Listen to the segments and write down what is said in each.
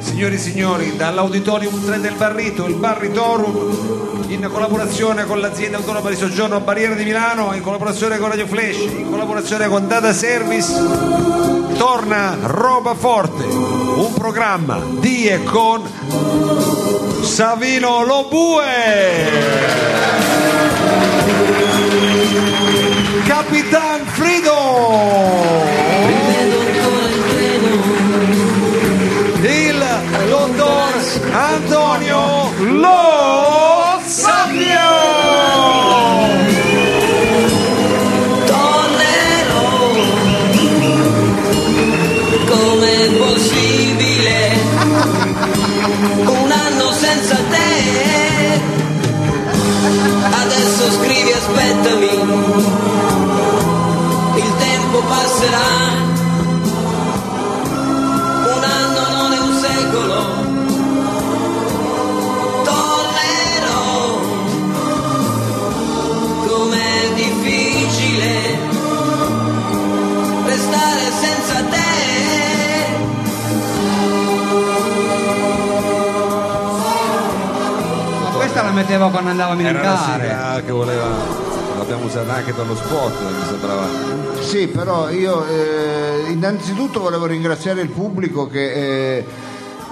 signori e signori, dall'Auditorium 3 del Barrito, il Barritorum, in collaborazione con l'azienda autonoma di soggiorno Barriera di Milano, in collaborazione con Radio Flash, in collaborazione con Data Service, torna Roba Forte, un programma di e con Savino Lobue. Capitan Frido! Vedo ancora il treno, il dottor Antonio Lo Sapio! tornerò. Com'è possibile un anno senza te? Adesso scrivi, aspettami. Il tempo passerà. Un anno non è un secolo. Tornerò. com'è difficile restare senza te. Ma questa la mettevo quando andavo a Era la militare. sigla che voleva, l'abbiamo usata anche per lo spot, mi sembrava. Sì, però io eh, innanzitutto volevo ringraziare il pubblico che, eh,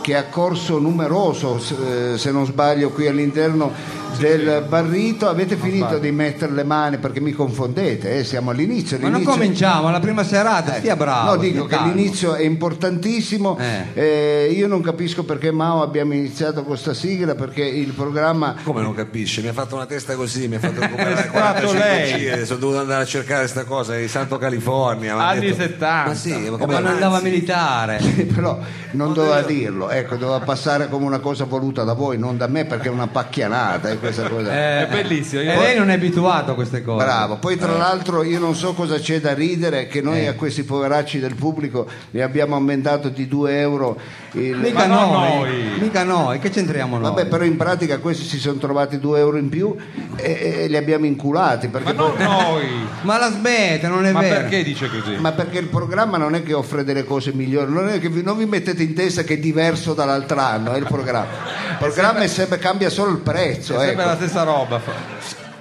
che è accorso numeroso, se eh, se non sbaglio, qui all'interno del barrito. Avete finito di mettere le mani perché mi confondete, eh, siamo all'inizio. Ma non l'inizio- cominciamo, alla prima serata, stia bravo. No, dico stia che calmo. l'inizio è importantissimo. Eh. Eh, io non capisco perché Mao abbiamo iniziato con sta sigla perché il programma Come non capisce? Mi ha fatto una testa così, mi ha fatto comprare fatto 45 lei. gire, sono dovuto andare a cercare questa cosa in Santo California. mi ha Anni detto, 70. Ma sì, ma Eh, come Quando andavo a militare. però non doveva dirlo, ecco, doveva passare come una cosa voluta da voi, non da me perché è una pacchianata. eh, questa cosa. Eh, È bellissimo, E io- lei non è abituato a queste cose. Bravo, poi Eh. tra l'altro io non so cosa c'è da ridere che noi a questi poveracci del pubblico ne abbiamo aumentato di 2 euro. il- Mica Ma non noi, noi. mica noi, che c'entriamo noi? Vabbè, però in pratica questi si sono trovati 2 euro in più e, e li abbiamo inculati. Ma Perché non poi- noi. Ma la smetta, non è Ma vero. perché dice così? Ma perché il programma non è che offre delle cose migliori, non è che vi, non vi mettete in testa che è diverso dall'altro anno, è il programma. Il programma è sempre- cambia solo il prezzo. Sembra la Ecco. stessa roba. fa-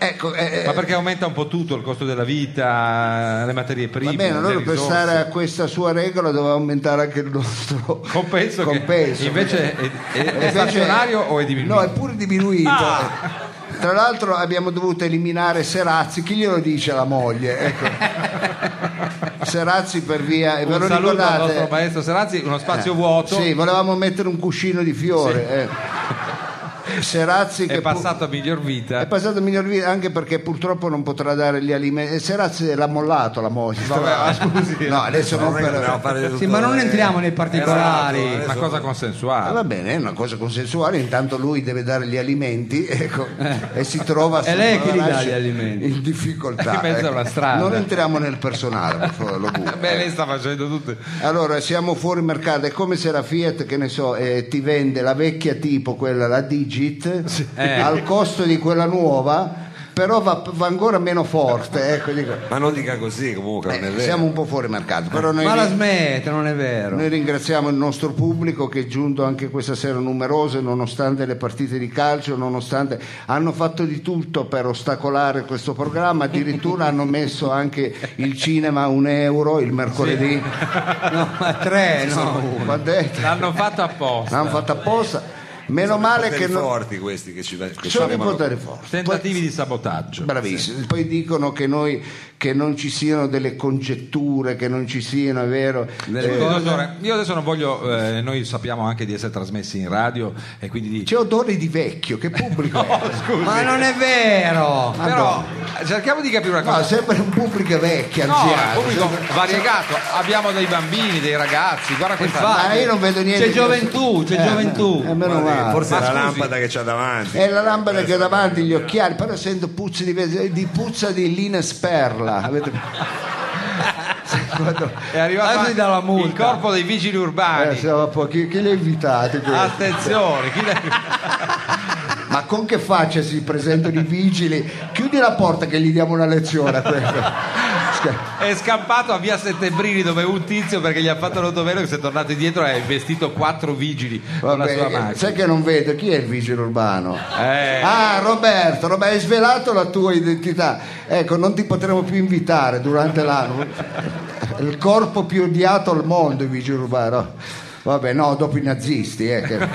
Ecco, eh, Ma perché aumenta un po' tutto il costo della vita, le materie prime? Va bene, le allora per risorse. stare a questa sua regola doveva aumentare anche il nostro Compenso, che- compenso. invece è, è, è Invece- stazionario o è diminuito? Ah! No, è pure diminuito. Tra l'altro abbiamo dovuto eliminare Serazzi, chi glielo dice la moglie? Ecco. Serazzi per via... e ve un lo saluto al ricordate? Eh, nostro maestro Serazzi, uno spazio vuoto. Sì, volevamo mettere un cuscino di fiore. eh. Serazzi che È pu- passato a miglior vita. è passato miglior vita anche perché purtroppo non potrà dare gli alimenti. E Serazzi l'ha mollato la moglie. Vabbè, ma scusi. No, adesso non per... Sì, ma eh. non entriamo nei particolari. esatto, Una cosa consensuale. Ah, va bene, è una cosa consensuale, intanto lui deve dare gli alimenti ecco, e si trova E lei che gli dà nasce gli alimenti? in difficoltà. In mezzo ecco. alla strada. Non entriamo nel personale, per favore, lo dico. Eh, Beh, lei sta facendo tutto. Allora, siamo fuori mercato, è come se la Fiat, che ne so, eh, ti vende la vecchia tipo, quella, la Digit, Eh. al costo di quella nuova, però va, va ancora meno forte. Ecco, dico, Ma non dica così comunque, non è eh, vero. siamo un po' fuori mercato, però noi Ma la smetta, non è vero. noi ringraziamo il nostro pubblico che è giunto anche questa sera numeroso, nonostante le partite di calcio, nonostante hanno fatto di tutto per ostacolare questo programma, addirittura hanno messo anche il cinema a un euro il mercoledì. eh, No, ma tre, no. Quant'è? L'hanno fatto apposta. L'hanno fatto apposta. Meno male che poteri non... forti questi che ci che Sono i chiamano- poteri forti. Tentativi di sabotaggio. Bravissimi. Poi dicono che, noi, che non ci siano delle congetture, che non ci siano, è vero. Scusi, Eh, dottore, io adesso non voglio, eh, noi sappiamo anche di essere trasmessi in radio e quindi di- c'è odore "Oh, di vecchio, che pubblico è? Cioè, Ma non è vero. però eh, cerchiamo di capire una No, cosa. sembra un pubblico vecchio, No, è anziano. un pubblico variegato, abbiamo dei bambini, dei ragazzi, guarda questa Infatti. Ma io non vedo niente C'è di- gioventù, c'è Eh, gioventù. eh, meno Guardi, male. Forse è Ma la scusi. lampada che c'ha davanti. È la lampada che ho davanti, gli occhiali, però sento puzzi di, di puzza di Lines Perla. Avete- Quando- è arrivato Adesso gli dà la multa. il corpo dei vigili eh, urbani. siamo un po'- chi, chi li ha invitati? qui? Ah. Attenzione, chi l'ha- Ma con che faccia si presentano i vigili? Chiudi la porta che gli diamo una lezione a questo. Sca- È scappato a via Settembrini dove un tizio perché gli ha fatto l'autovelo che si è tornato indietro e ha investito quattro vigili con la Vabbè, sua eh, macchina. sai che non vedo chi è il vigile urbano? Eh. Ah, Roberto, Roberto, hai svelato la tua identità. Ecco, non ti potremo più invitare durante l'anno. Il corpo più odiato al mondo, il vigile urbano. Vabbè, no, dopo i nazisti, eh, che-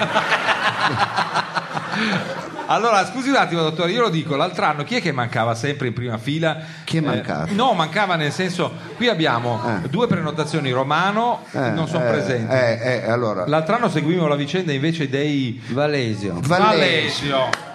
Allora, scusi un attimo, dottore, io lo dico, l'altro anno chi è che mancava sempre in prima fila? Chi è mancato? Eh, no, mancava nel senso, qui abbiamo Eh. due prenotazioni romano, eh, non sono eh, presenti. eh, eh, allora. L'altro anno seguivo la vicenda invece dei Valesio. Vallesi. Vallesio.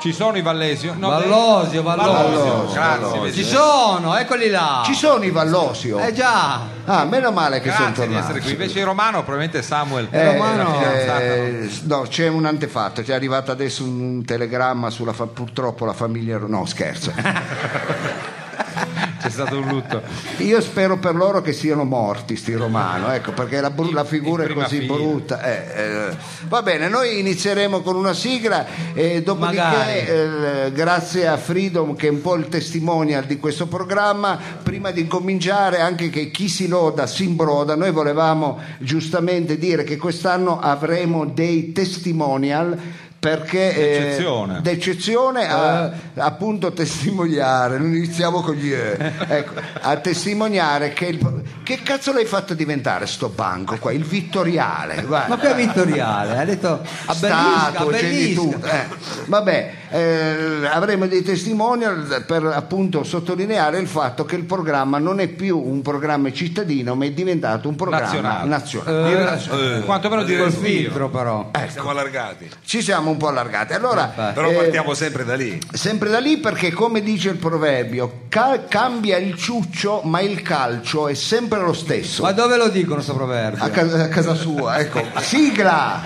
Ci sono i Vallesio? No, dei- Vallosio, Vallosio. Grazie, Vallosio. Presidente. Ci sono, eccoli là. Ci sono i Vallosio? Eh già. Ah, meno male che sono Grazie di tornati. essere qui. Invece il romano, probabilmente Samuel. Eh, la Romano, fidanzata, no? eh, no, c'è un antefatto, ci è arrivato adesso un telegramma sulla fa- purtroppo la famiglia no scherzo. C'è stato un lutto. Io spero per loro che siano morti sti romano, ecco, perché la, bru- la figura in è prima così fila. brutta. eh, eh. Va bene, noi inizieremo con una sigla Magari. e dopodiché eh, grazie a Freedom che è un po' il testimonial di questo programma, prima di incominciare anche che chi si loda si imbroda, noi volevamo giustamente dire che quest'anno avremo dei testimonial perché eh, D'eccezione. d'eccezione a appunto testimoniare non iniziamo con gli eh. Ecco, a testimoniare che il- che cazzo l'hai fatto diventare sto banco qua il vittoriale guarda. Ma qui è Vittoriale, ha detto abbellisca, Stato, c'è di abbellisca. tutto. eh. Vabbè, eh, avremo dei testimonial per appunto sottolineare il fatto che il programma non è più un programma cittadino, ma è diventato un programma Nazionale. nazionale. Eh, Quanto meno dire Col il mio. Eh, filtro però. Siamo allargati, Ci siamo un po' allargati. Allora, però eh, partiamo sempre da lì. Sempre da lì perché come dice il proverbio, ca- cambia il ciuccio ma il calcio è sempre lo stesso. Ma dove lo dicono sto A proverbio? casa, a casa sua, ecco. Sigla!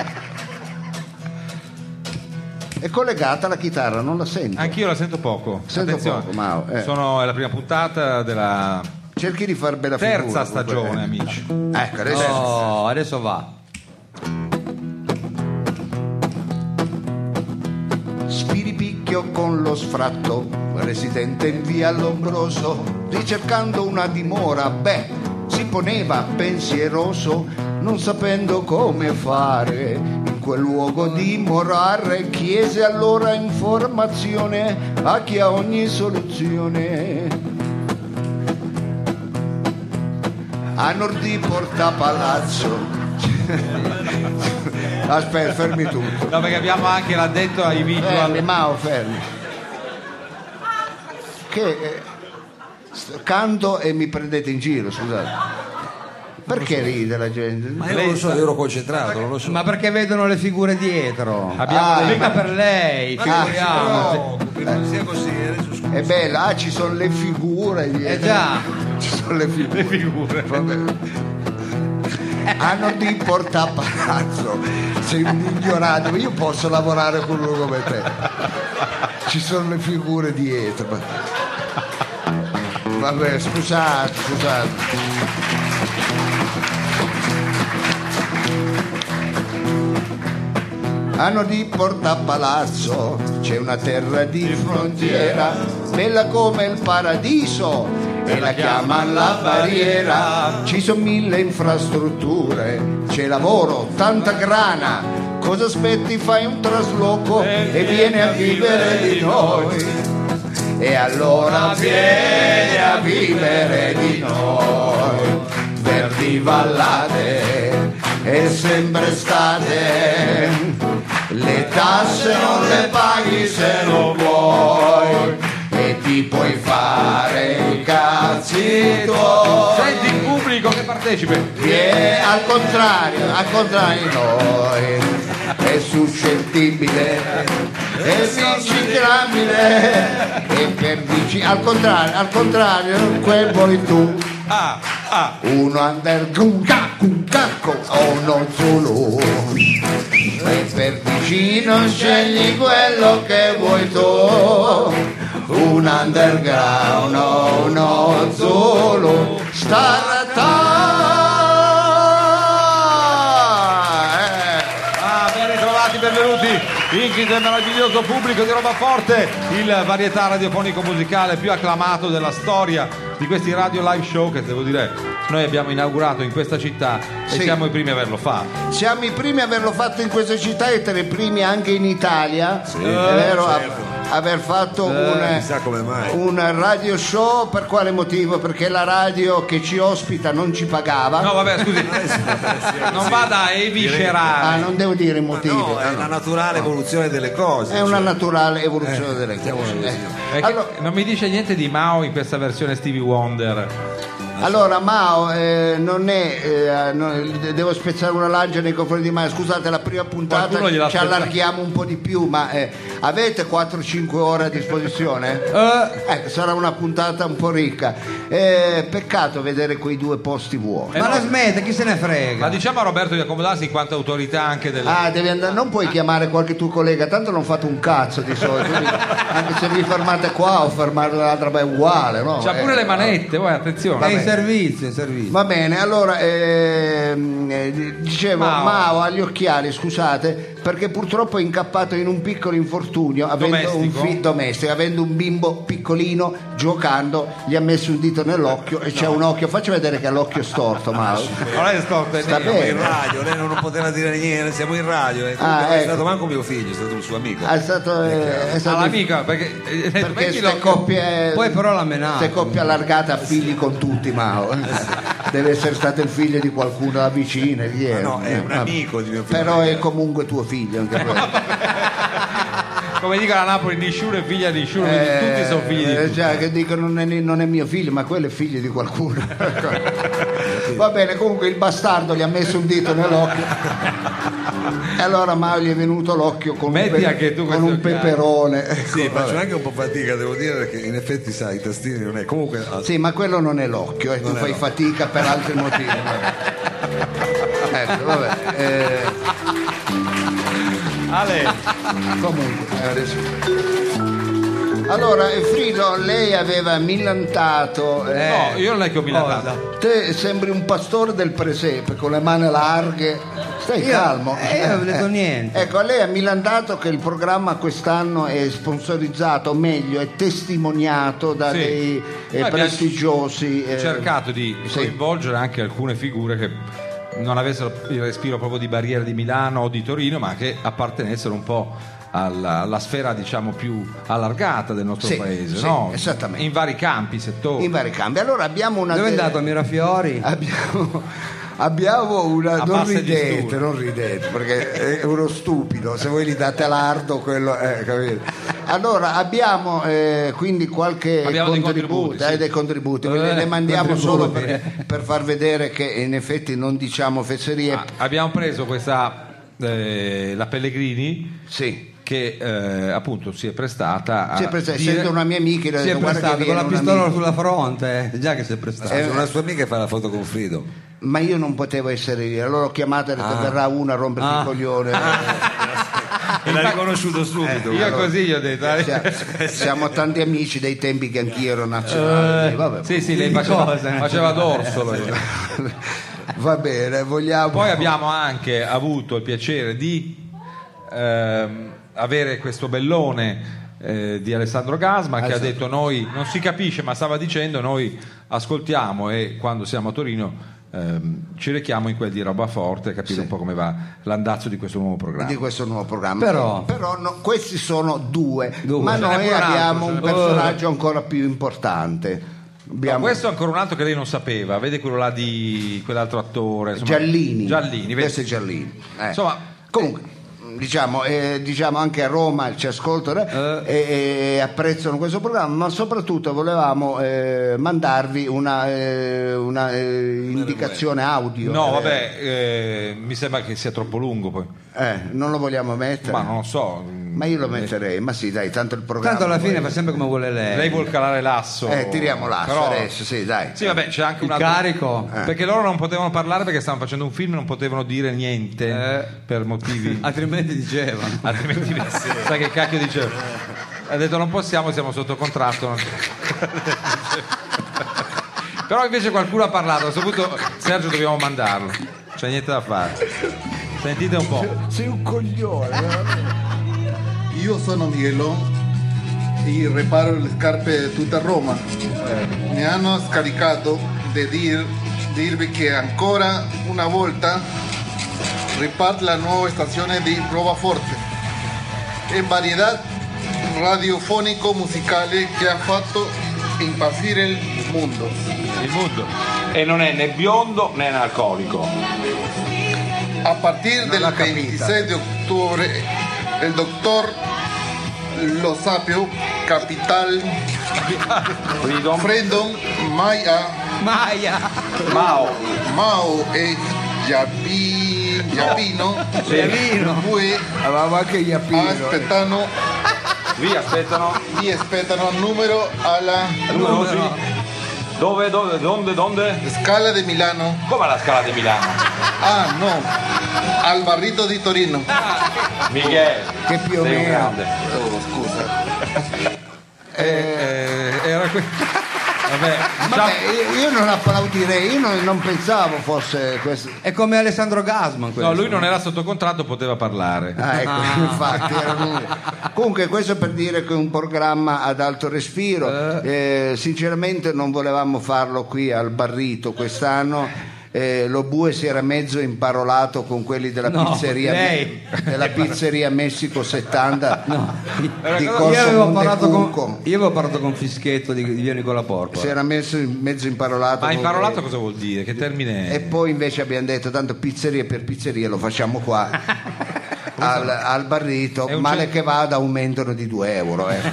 È collegata la chitarra, non la sento. Ah. Anch'io la sento poco. Sento Attenzione. poco, Mao, eh. Sono è la prima puntata della Cerchi di far bella figura. terza con stagione, quella. amici. Ecco, adesso... No, adesso va. Spiripicchio con lo sfratto, residente in via Lombroso, ricercando una dimora, beh, si poneva pensieroso, non sapendo come fare in quel luogo dimorare, chiese allora informazione a chi ha ogni soluzione. A nord di Porta Palazzo. Aspetta, fermi tutto. No, perché abbiamo anche l'addetto ai Eh, Fermi, visual. Eh, Mao, fermi. Che eh, sto- canto e mi prendete in giro, scusate. Perché ride la gente? Ma io non lo so, io ero concentrato, non lo so. Ma perché vedono le figure dietro? Abbiamo Ah, dei- Mica per Ah, lei, figuriamoci. No, eh. non sia così, adesso scusa. È bella, ah, ci sono le figure Eh dietro. già, Ci sono le figure. le figure. Hanno di porta palazzo. Sei un ignorante, ma io posso lavorare con uno come te. Ci sono le figure dietro. ma- Vabbè, scusate, scusate. Hanno di Porta Palazzo c'è una terra di frontiera, bella come il paradiso, e la chiamano la barriera. Ci sono mille infrastrutture, c'è lavoro, tanta grana. Cosa aspetti? Fai un trasloco e, vieni a vivere di noi. E allora vieni a vivere di noi, verdi vallate e sempre estate. Le tasse non le paghi se non vuoi e ti puoi fare i cazzi tuoi. Senti il pubblico che partecipe. Viene al contrario, al contrario di noi, è suscettibile, è riciclabile, e per vici, al contrario, al contrario, quel vuoi tu, Ah, ah. uno under un cacco, un cacco, o uno solo, e per vicino scegli quello che vuoi tu, un underground, o uno solo, starata. Eh. Ah, ben ritrovati, benvenuti. Ingrid e il meraviglioso pubblico di Roma Forte, il varietà radiofonico musicale più acclamato della storia di questi radio live show che devo dire noi abbiamo inaugurato in questa città e Sì. siamo i primi a averlo fatto. Siamo i primi a averlo fatto in questa città e tra i primi anche in Italia, Eh, è vero, a- certo. aver fatto un, chissà Eh, come mai. un radio show per quale motivo? Perché la radio che ci ospita non ci pagava. No, vabbè, scusi, non vada a Ah, eviscerare. non devo dire il motivo. No, eh, è la naturale evoluzione delle cose. È una naturale evoluzione delle cose. È eh. che Allora, non mi dice niente di Mao in questa versione Stevie Wonder. allora, Mao eh, non è. eh, no- devo spezzare una lancia nei confronti di Mao. Scusate, la prima puntata Qualcuno ci gliel'ha spezzata. allarghiamo un po' di più, ma eh, avete 4-5 ore a disposizione? Eh, Ecco, sarà una puntata un po' ricca. Eh, peccato vedere quei due posti Eh, vuoti. Ma la smetta, chi se ne ma frega? diciamo a Roberto di accomodarsi in quanto autorità anche del... Ah, devi andare, non puoi chiamare qualche tuo collega, tanto non fate un cazzo di solito. quindi anche se vi fermate qua o fermate dall'altra parte è uguale, no? C'ha pure Eh, le manette, voi È in attenzione. servizio, in servizio. Va bene, allora ehm, eh, dicevo Mao. Mao. ha gli occhiali, scusate, perché purtroppo è incappato in un piccolo infortunio avendo Domestico? un fi- domestico, avendo un bimbo piccolino giocando, gli ha messo un dito nell'occhio e c'è un occhio, faccio vedere che ha l'occhio storto Mao. Non è storto, è Sta nero. Siamo in bene. radio, lei non poteva dire niente, siamo in radio. eh. Ah, non è ecco. stato manco mio figlio, è stato un suo amico. È stato, eh, è stato all'amica Ah, perché, eh, perché mettilo- ste coppie eh, Poi però l'ha menato. ste coppie allargate a figli con tutti Mao. Deve essere stato il figlio di qualcuno da vicino, chi è? No, è un Eh, vabbè. amico di mio figlio. Però è comunque tuo figlio anche quello. come dicono a Napoli nessuno è figlia di nessuno quindi Eh, tutti sono figli di eh, tutti già, che dico non è, non è mio figlio, ma quello è figlio di qualcuno. Va bene, comunque il bastardo gli ha messo un dito nell'occhio. E allora Mario gli è venuto l'occhio con un, Metti anche tu con questo un peperone. Sì, faccio anche un po' fatica, devo dire, perché in effetti sai, i tastini non è. Comunque. ah, Sì, ma quello non è l'occhio, e tu Non è fai l'occhio. fatica per altri motivi. ecco, vabbè. eh, Ale comunque, eh, adesso. Allora, eh, Frido, lei aveva millantato. eh, no io non è che ho milanato Te sembri un pastore del presepe con le mani larghe. Stai Io- calmo. eh, io non ho detto niente. Ecco, a lei ha milandato che il programma quest'anno è sponsorizzato, o meglio, è testimoniato da Sì. dei eh, Noi abbiamo prestigiosi. ho eh, cercato di sì. coinvolgere anche alcune figure che non avessero il respiro proprio di Barriera di Milano o di Torino ma che appartenessero un po' alla, alla sfera diciamo più allargata del nostro Sì, paese sì, no? esattamente. in vari campi settori In vari cambi. Allora abbiamo una. Dove è de- andato a Mirafiori? Abbiamo, abbiamo una. A non bassa di ridete, studio. non ridete, perché è uno stupido. Se voi gli date l'ardo, quello. eh, capito? Allora abbiamo eh, quindi qualche Abbiamo dei contributo, contributi, eh, sì. dei contributi, ve Eh, le mandiamo contributi. solo per, per far vedere che in effetti non diciamo fesserie. Ah, abbiamo preso questa eh, la Pellegrini Sì. che eh, appunto si è prestata a Si è prestata- dire- essendo una mia amica, le ho Si è detto, Eh, "Guarda che prestato con la viene un pistola amico". sulla fronte, eh. già che si è prestato. Scusa, una sua amica fa la foto con Frido. Ma io non potevo essere lì, allora ho chiamato e ho detto verrà uno a rompermi Ah. il coglione. E l'ha riconosciuto subito. io così gli ho detto eh. Siamo, siamo tanti amici dei tempi che anch'io ero nazionale. vabbè. sì sì lei Cioè, faceva, eh, Cosa? faceva d'orso lei. Va bene, vogliamo. poi abbiamo anche avuto il piacere di ehm, avere questo bellone eh, di Alessandro Gasma che ha detto noi non si capisce ma stava dicendo noi ascoltiamo e quando siamo a Torino ehm, ci rechiamo in quel di roba forte capire un po' come va l'andazzo di questo nuovo programma di questo nuovo programma. Però- no, questi sono due, Due. ma Ce n'è noi pure altro, abbiamo ce n'è un pure- personaggio ancora più importante. No, Abbiamo- questo è ancora un altro che lei non sapeva, vede quello là di quell'altro attore insomma. Giallini. Giallini, vedi? Questo è Giallini. eh. Insomma, comunque. Diciamo, eh, diciamo anche a Roma ci ascoltano eh, e, e apprezzano questo programma, ma soprattutto volevamo eh, mandarvi una, eh, una, eh, indicazione audio. No, Eh, vabbè, eh, mi sembra che sia troppo lungo poi. eh, non lo vogliamo mettere, Ma ma, non lo so. io lo metterei. Ma sì, dai, tanto il programma. Tanto alla fine poi- fa sempre come vuole lei. Lei vuol calare l'asso. Eh, tiriamo l'asso però- adesso, sì, dai. Sì, vabbè, c'è anche Il un altro- carico. Eh. Perché loro non potevano parlare perché stavano facendo un film e non potevano dire niente Eh. per motivi. Altrimenti diceva. Altrimenti sai che cacchio diceva. Ha detto non possiamo, siamo sotto contratto. non- Però invece qualcuno ha parlato, a questo punto Sergio dobbiamo mandarlo. C'è niente da fare. Sentite un po'. Sei un coglione. veramente. Io sono Miguelón e riparo le scarpe di tutta Roma. Mi hanno scaricato di dir- dirvi che ancora una volta riparte la nuova stazione di Roba Forte. E varietà radiofonico musicale che ha fatto impazzire il mondo. il mondo. E non è né biondo né alcolico. A partir del 26 de octubre, el doctor Lo Sapio, capital Freedom. Fredon Maya, Maia! Mao. Mao e Yapi, Yapino fue Avevamo anche gli a eh. appino. Espetano Lì aspettano. y Espetano número a la Numero. Dove, dove, donde, donde? escala de Milano. Come la scala di Milano? Ah, no, al barrito di Torino. Miguel. Che più o sei un meno. grande. Oh, scusa. Eh, era que- Vabbè, già- Vabbè, io- io non applaudirei, io non, non pensavo fosse questo. È come Alessandro Gasman questo. No, lui non era sotto contratto, poteva parlare. Ah, ecco, infatti era lui. Comunque questo per dire che è un programma ad alto respiro. Eh, sinceramente non volevamo farlo qui al Barrito quest'anno. Eh, lo Bue si era mezzo imparolato con quelli della No, pizzeria lei. della pizzeria Messico 70 di Io Corso avevo, parlato con, Montecunco. io avevo parlato con Fischetto di, di via Nicola Porco. Si era messo in- mezzo imparolato. Ma con imparolato quelli. cosa vuol dire? Che termine è? E poi invece abbiamo detto tanto pizzeria per pizzeria lo facciamo qua al, al barrito, È un male cen- che vada aumentano di 2 euro. Ecco.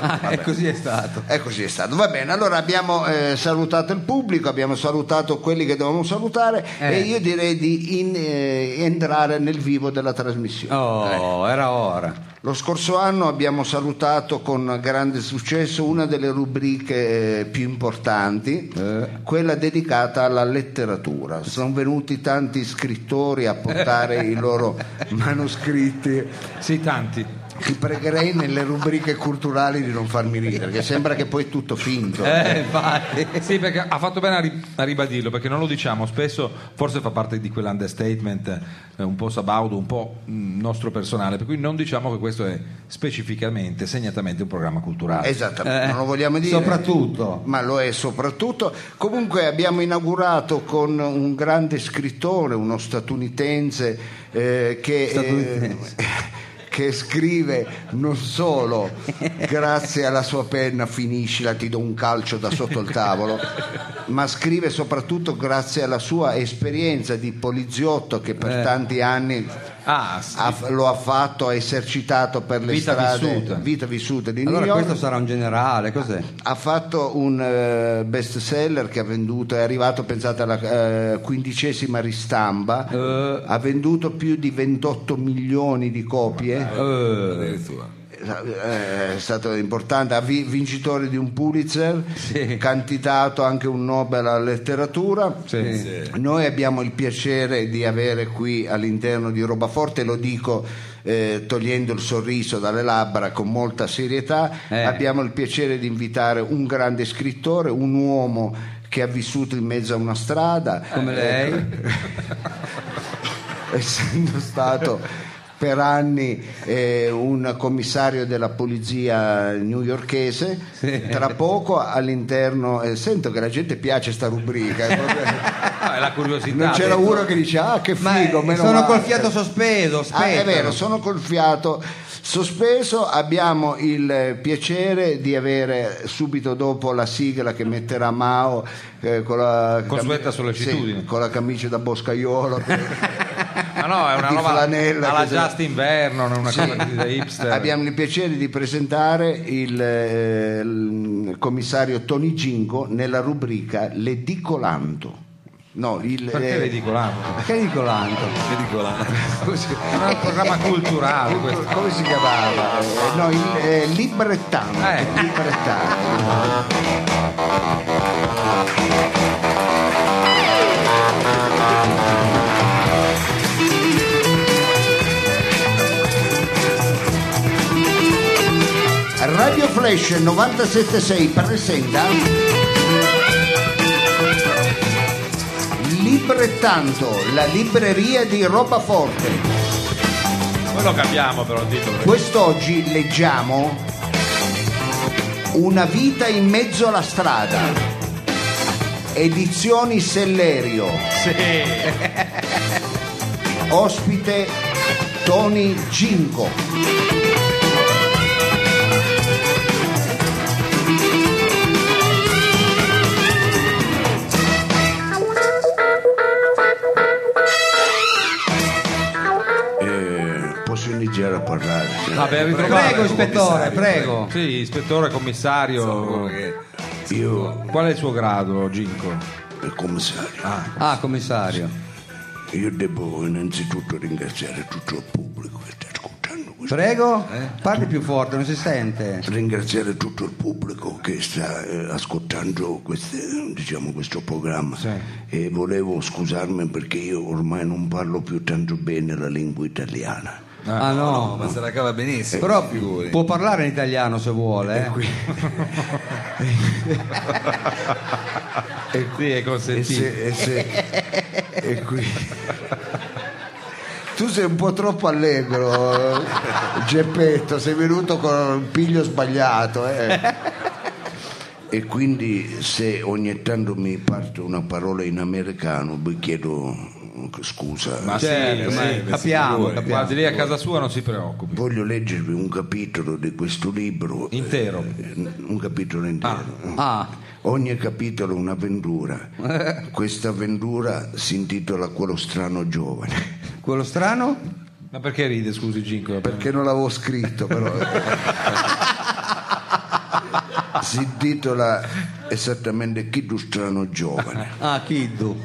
Ah, e così è stato. E così è stato. Va bene, allora abbiamo eh, salutato il pubblico, abbiamo salutato quelli che dovevamo salutare Eh. e io direi di in- eh, entrare nel vivo della trasmissione. Eh. Oh, era ora. Lo scorso anno abbiamo salutato con grande successo una delle rubriche eh, più importanti, Eh. quella dedicata alla letteratura. Sono venuti tanti scrittori a portare i loro manoscritti. Sì, tanti. Ti pregherei nelle rubriche culturali di non farmi ridere, che sembra che poi è tutto finto. Eh, infatti. Sì, perché ha fatto bene a, ri- a ribadirlo, perché non lo diciamo spesso, forse fa parte di quell'understatement eh, un po' sabaudo, un po' mh, nostro personale, per cui non diciamo che questo è specificamente, segnatamente un programma culturale. Esattamente, Eh, non lo vogliamo dire. soprattutto. Ma lo è soprattutto. Comunque abbiamo inaugurato con un grande scrittore, uno statunitense, eh, che, eh, Statunitense. che scrive non solo grazie alla sua penna finiscila, ti do un calcio da sotto il tavolo, ma scrive soprattutto grazie alla sua esperienza di poliziotto che per tanti anni Eh. Ah, sì. ha- lo ha fatto, ha esercitato per le Vita strade, vissuta. vita vissuta di New Allora York questo sarà un generale, cos'è? ha fatto un eh, best seller che ha venduto, è arrivato pensate alla eh, quindicesima ristamba, Eh. ha venduto più di 28 milioni di copie, Eh, Eh, è stato importante, ha vi- vincitore di un Pulitzer, Sì. candidato anche un Nobel alla letteratura. sì. Noi abbiamo il piacere di avere qui all'interno di Robaforte, lo dico eh, togliendo il sorriso dalle labbra con molta serietà, Eh. abbiamo il piacere di invitare un grande scrittore, un uomo che ha vissuto in mezzo a una strada, eh, Come lei? ecco. essendo stato per anni eh, un commissario della polizia newyorchese, tra poco all'interno, eh, sento che la gente piace sta rubrica, eh, proprio- Ah, è la curiosità. non c'era detto. uno che dice ah che Ma eh, figo, meno sono male. col fiato sospeso, Ah, aspetta. è vero, sono col fiato sospeso. Abbiamo il eh, piacere di avere subito dopo la sigla che metterà Mao eh, con la Consueta sì, sollecitudine. con la camicia da boscaiolo. Ma Ah, no, è una di roba flanella, alla così. Just Inverno, non è una cosa di- da hipster. Abbiamo il piacere di presentare il, eh, il commissario Tony Gingo nella rubrica L'edicolando. No, il, Perché eh, ridicolato? Che dicolanto? È un programma culturale questo. Eh, Come si chiamava? Eh, No, il eh, librettano. Eh. Il librettano. Radio Flash 976 presenta Librettanto, la libreria di Robaforte Poi lo cambiamo però il titolo. Quest'oggi leggiamo Una vita in mezzo alla strada. Edizioni Sellerio. Ospite Tony Ginco. Eh, posso iniziare a parlare? Vabbè, Prego, ritrovato. Eh, Prego, ispettore, commissario, prego. Sì, ispettore, commissario. Perché io, Qual è il suo grado, Ginco? il commissario, Ah, commissario. io devo innanzitutto ringraziare tutto il pubblico che sta ascoltando questo. Prego, Eh? parli più forte, non si sente. Ringraziare tutto il pubblico che sta eh, ascoltando queste- diciamo, questo programma e volevo scusarmi perché io ormai non parlo più tanto bene la lingua italiana. Ah no, Ma se la cava benissimo. però figuri. può parlare in italiano se vuole. eh. Sì, è E consentito. se- e se- e qui, Tu sei un po' troppo allegro, eh, Geppetto, sei venuto con il piglio sbagliato. eh. e quindi se ogni tanto mi parte una parola in americano vi chiedo scusa. Ma Certo, sì, ma sì, capiamo, Guardi, capiamo. Cioè, lì a casa sua non si preoccupi. Voglio leggervi un capitolo di questo libro. Intero. Eh, un capitolo intero. Ah, Ogni capitolo è un'avventura. Questa avventura si intitola Quello strano giovane. quello strano? Ma perché ride, scusi, Ginco? Perché non l'avevo scritto, però. Si intitola esattamente Chi tu strano Eh. giovane. Ah, Kiddu.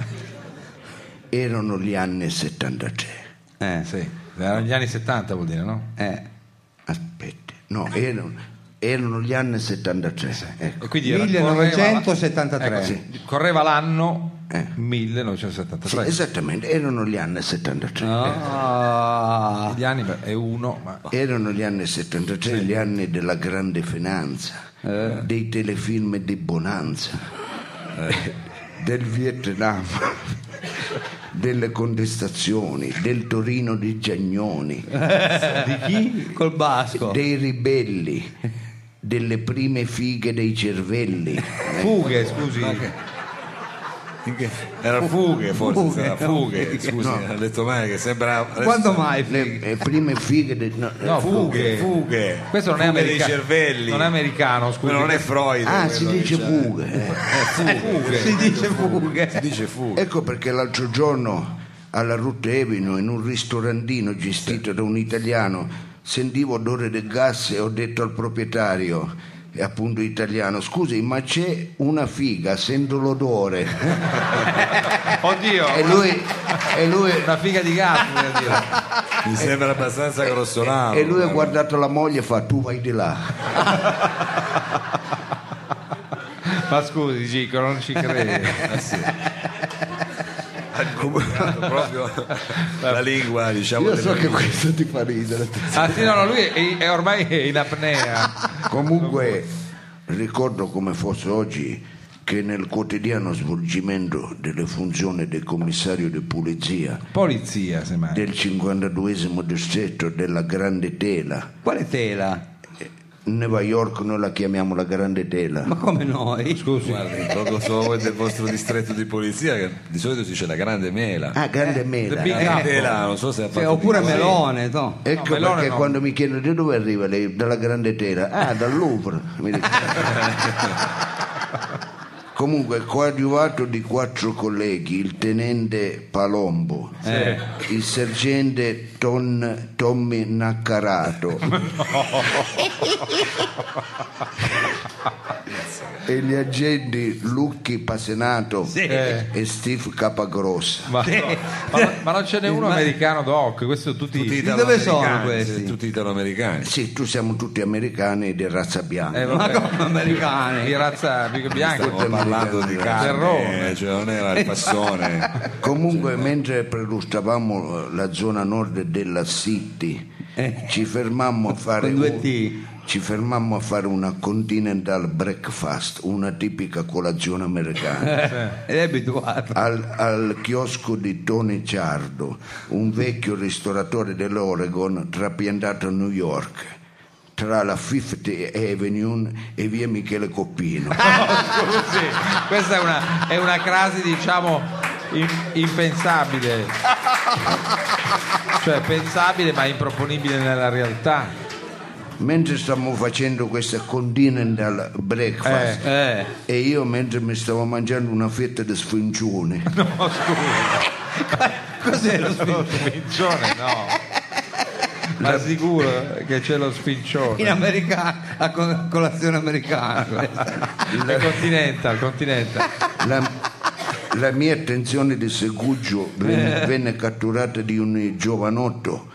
Erano gli anni 73. Eh, Sì, erano gli anni 70 vuol dire, no? eh. Aspetta, no, erano, erano gli anni 73. Ecco. E quindi era- correva, 1973. ecco, sì, correva l'anno Eh. 1973. Sì, esattamente, erano gli anni 73. Ah, Gli anni beh, è uno, ma Erano gli anni 73, gli anni della grande finanza, dei telefilm di Bonanza, del Vietnam, delle contestazioni, del Torino di Giagnoni, di chi? Col basco. dei ribelli, delle prime fighe dei cervelli. fughe, scusi. Che- Era fughe forse, Fughe, era fughe, fughe. scusi, ha detto male che sembrava... Quando mai? Le eh, prime fighe dei... No, Fughe, fughe. fughe. Questo non è Fughe dei americano. cervelli. Non è americano, Ma scusi. non è Freud. Ah, quello si che dice c'è. fughe. eh. Si dice fughe. Dice fughe. Ecco perché l'altro giorno alla Route Evino, in un ristorantino gestito da un italiano, sentivo odore del gas e ho detto al proprietario, e appunto italiano, scusi ma c'è una figa, sento l'odore. Oddio, E lui, e lui, una figa di gatto, voglio dire. Mi sembra abbastanza grossolano. e lui ha guarda. guardato la moglie e fa tu vai di là. Ma scusi, Ginco, non ci credo. Comunicato proprio la lingua, diciamo. Io so delle- che questo ti fa ridere. Ah, sì, no, no, lui è, è ormai in apnea. Comunque ricordo come fosse oggi che nel quotidiano svolgimento delle funzioni del commissario di pulizia Polizia, semmai. del 52 distretto della Grande Tela. Quale tela? New York noi la chiamiamo la Grande Tela. Ma come noi? Scusi. Guardi, proprio solo voi del vostro distretto di polizia, che di solito si dice la grande mela. Ah, Grande The Mela. Big La Apple. mela, non so se ha Cioè, fatto oppure di- melone, no? Ecco No, Melone perché no. quando mi chiedono di dove arriva lei, dalla Grande Tela, ah, dal Louvre. mi dico. Comunque, coadiuvato di quattro colleghi, il tenente Palombo, il sergente Ton- Tommy Naccarato e gli agenti Lucchi Pasenato e Steve Capagrossa. Ma, no, ma- ma non ce n'è uno americano doc, questo tutti. Tutti Di dove sono italoamericani, questi? Tutti italoamericani. Sì, tu siamo tutti americani di razza bianca. Eh, Ma vabbè, come Di americani? razza bianca. Stiamo parlando di carne, Terrone. cioè non era Eh, il passone. Comunque, mentre prelustavamo eh, la zona nord della City, ci fermammo a fare con due un- T. ci fermammo a fare una continental breakfast, una tipica colazione americana. Eh. Ed è abituato. al, al chiosco di Tony Ciardo, un vecchio ristoratore dell'Oregon trapiantato a New York tra la Fifth Avenue e via Michele Coppino. Scusi, questa è una, è una crasi, diciamo, im- impensabile. Cioè, pensabile ma improponibile nella realtà. Mentre stavamo facendo questa continental breakfast Eh. e io mentre mi stavo mangiando una fetta di sfincione, Cos'è lo Lo spin- spincione, no. Ma sicuro che c'è lo spincione. in americano, a co- colazione americana. questa. Il continental, continental. la, la mia attenzione di segugio venne, venne catturata di un giovanotto